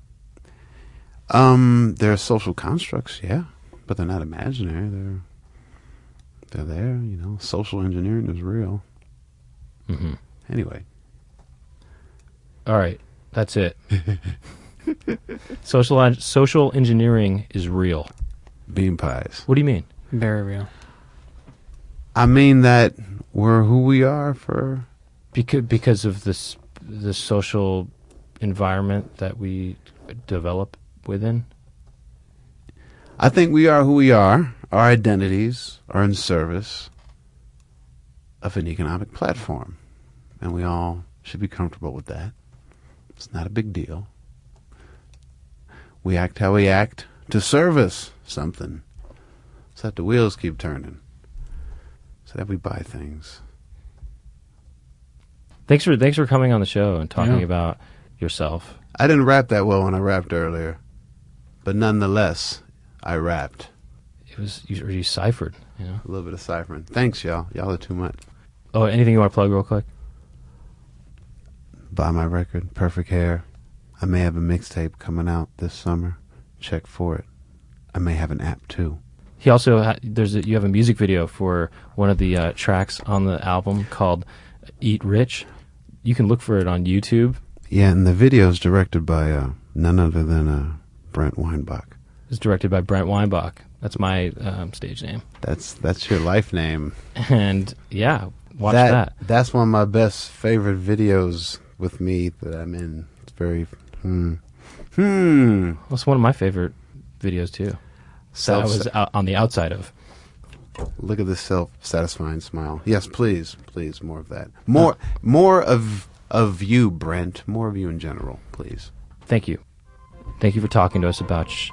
Um, they're social constructs, yeah, but they're not imaginary. They're they're there, you know. Social engineering is real.
Mhm.
Anyway,
All right, that's it. *laughs* social en- social engineering is real.
bean pies.
What do you mean?
Very real.
I mean that we're who we are for.
Because because of this the social environment that we develop within.
I think we are who we are. Our identities are in service of an economic platform, and we all should be comfortable with that. It's not a big deal. We act how we act to service something, so that the wheels keep turning, so that we buy things.
Thanks for thanks for coming on the show and talking
Yeah.
about yourself.
I didn't rap that well when I rapped earlier, but nonetheless, I rapped
It was you, you ciphered. You know.
a little bit of ciphering. Thanks, y'all. Y'all are too much.
Oh, anything you want to plug real quick?
buy my record, Perfect Hair. I may have a mixtape coming out this summer. Check for it. I may have an app too.
He also ha- there's a, you have a music video for one of the uh, tracks on the album called "Eat Rich." You can look for it on YouTube.
Yeah, and the video is directed by uh, none other than uh, Brent Weinbach.
It's directed by Brent Weinbach. That's my um, stage name. *laughs*
That's that's your life name.
And yeah, watch that.
That's one of my best favorite videos with me that I'm in. It's very hmm hmm.
That's one of my favorite videos too. That I
Self
was out on the outside of.
Look at this self-satisfying smile. Yes, please, please, more of that. More, more of of you, Brent. More of you in general, please.
Thank you. Thank you for talking to us about sh-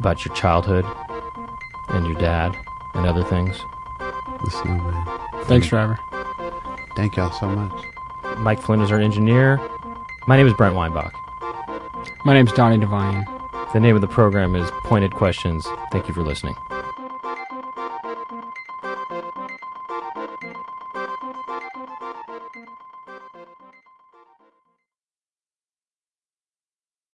about your childhood and your dad and other things.
The snowman.
Thanks, driver.
Thank y'all so much.
Mike Flynn is our engineer. My name is Brent Weinbach.
My name's Donnie Devine.
The name of the program is Pointed Questions. Thank you for listening.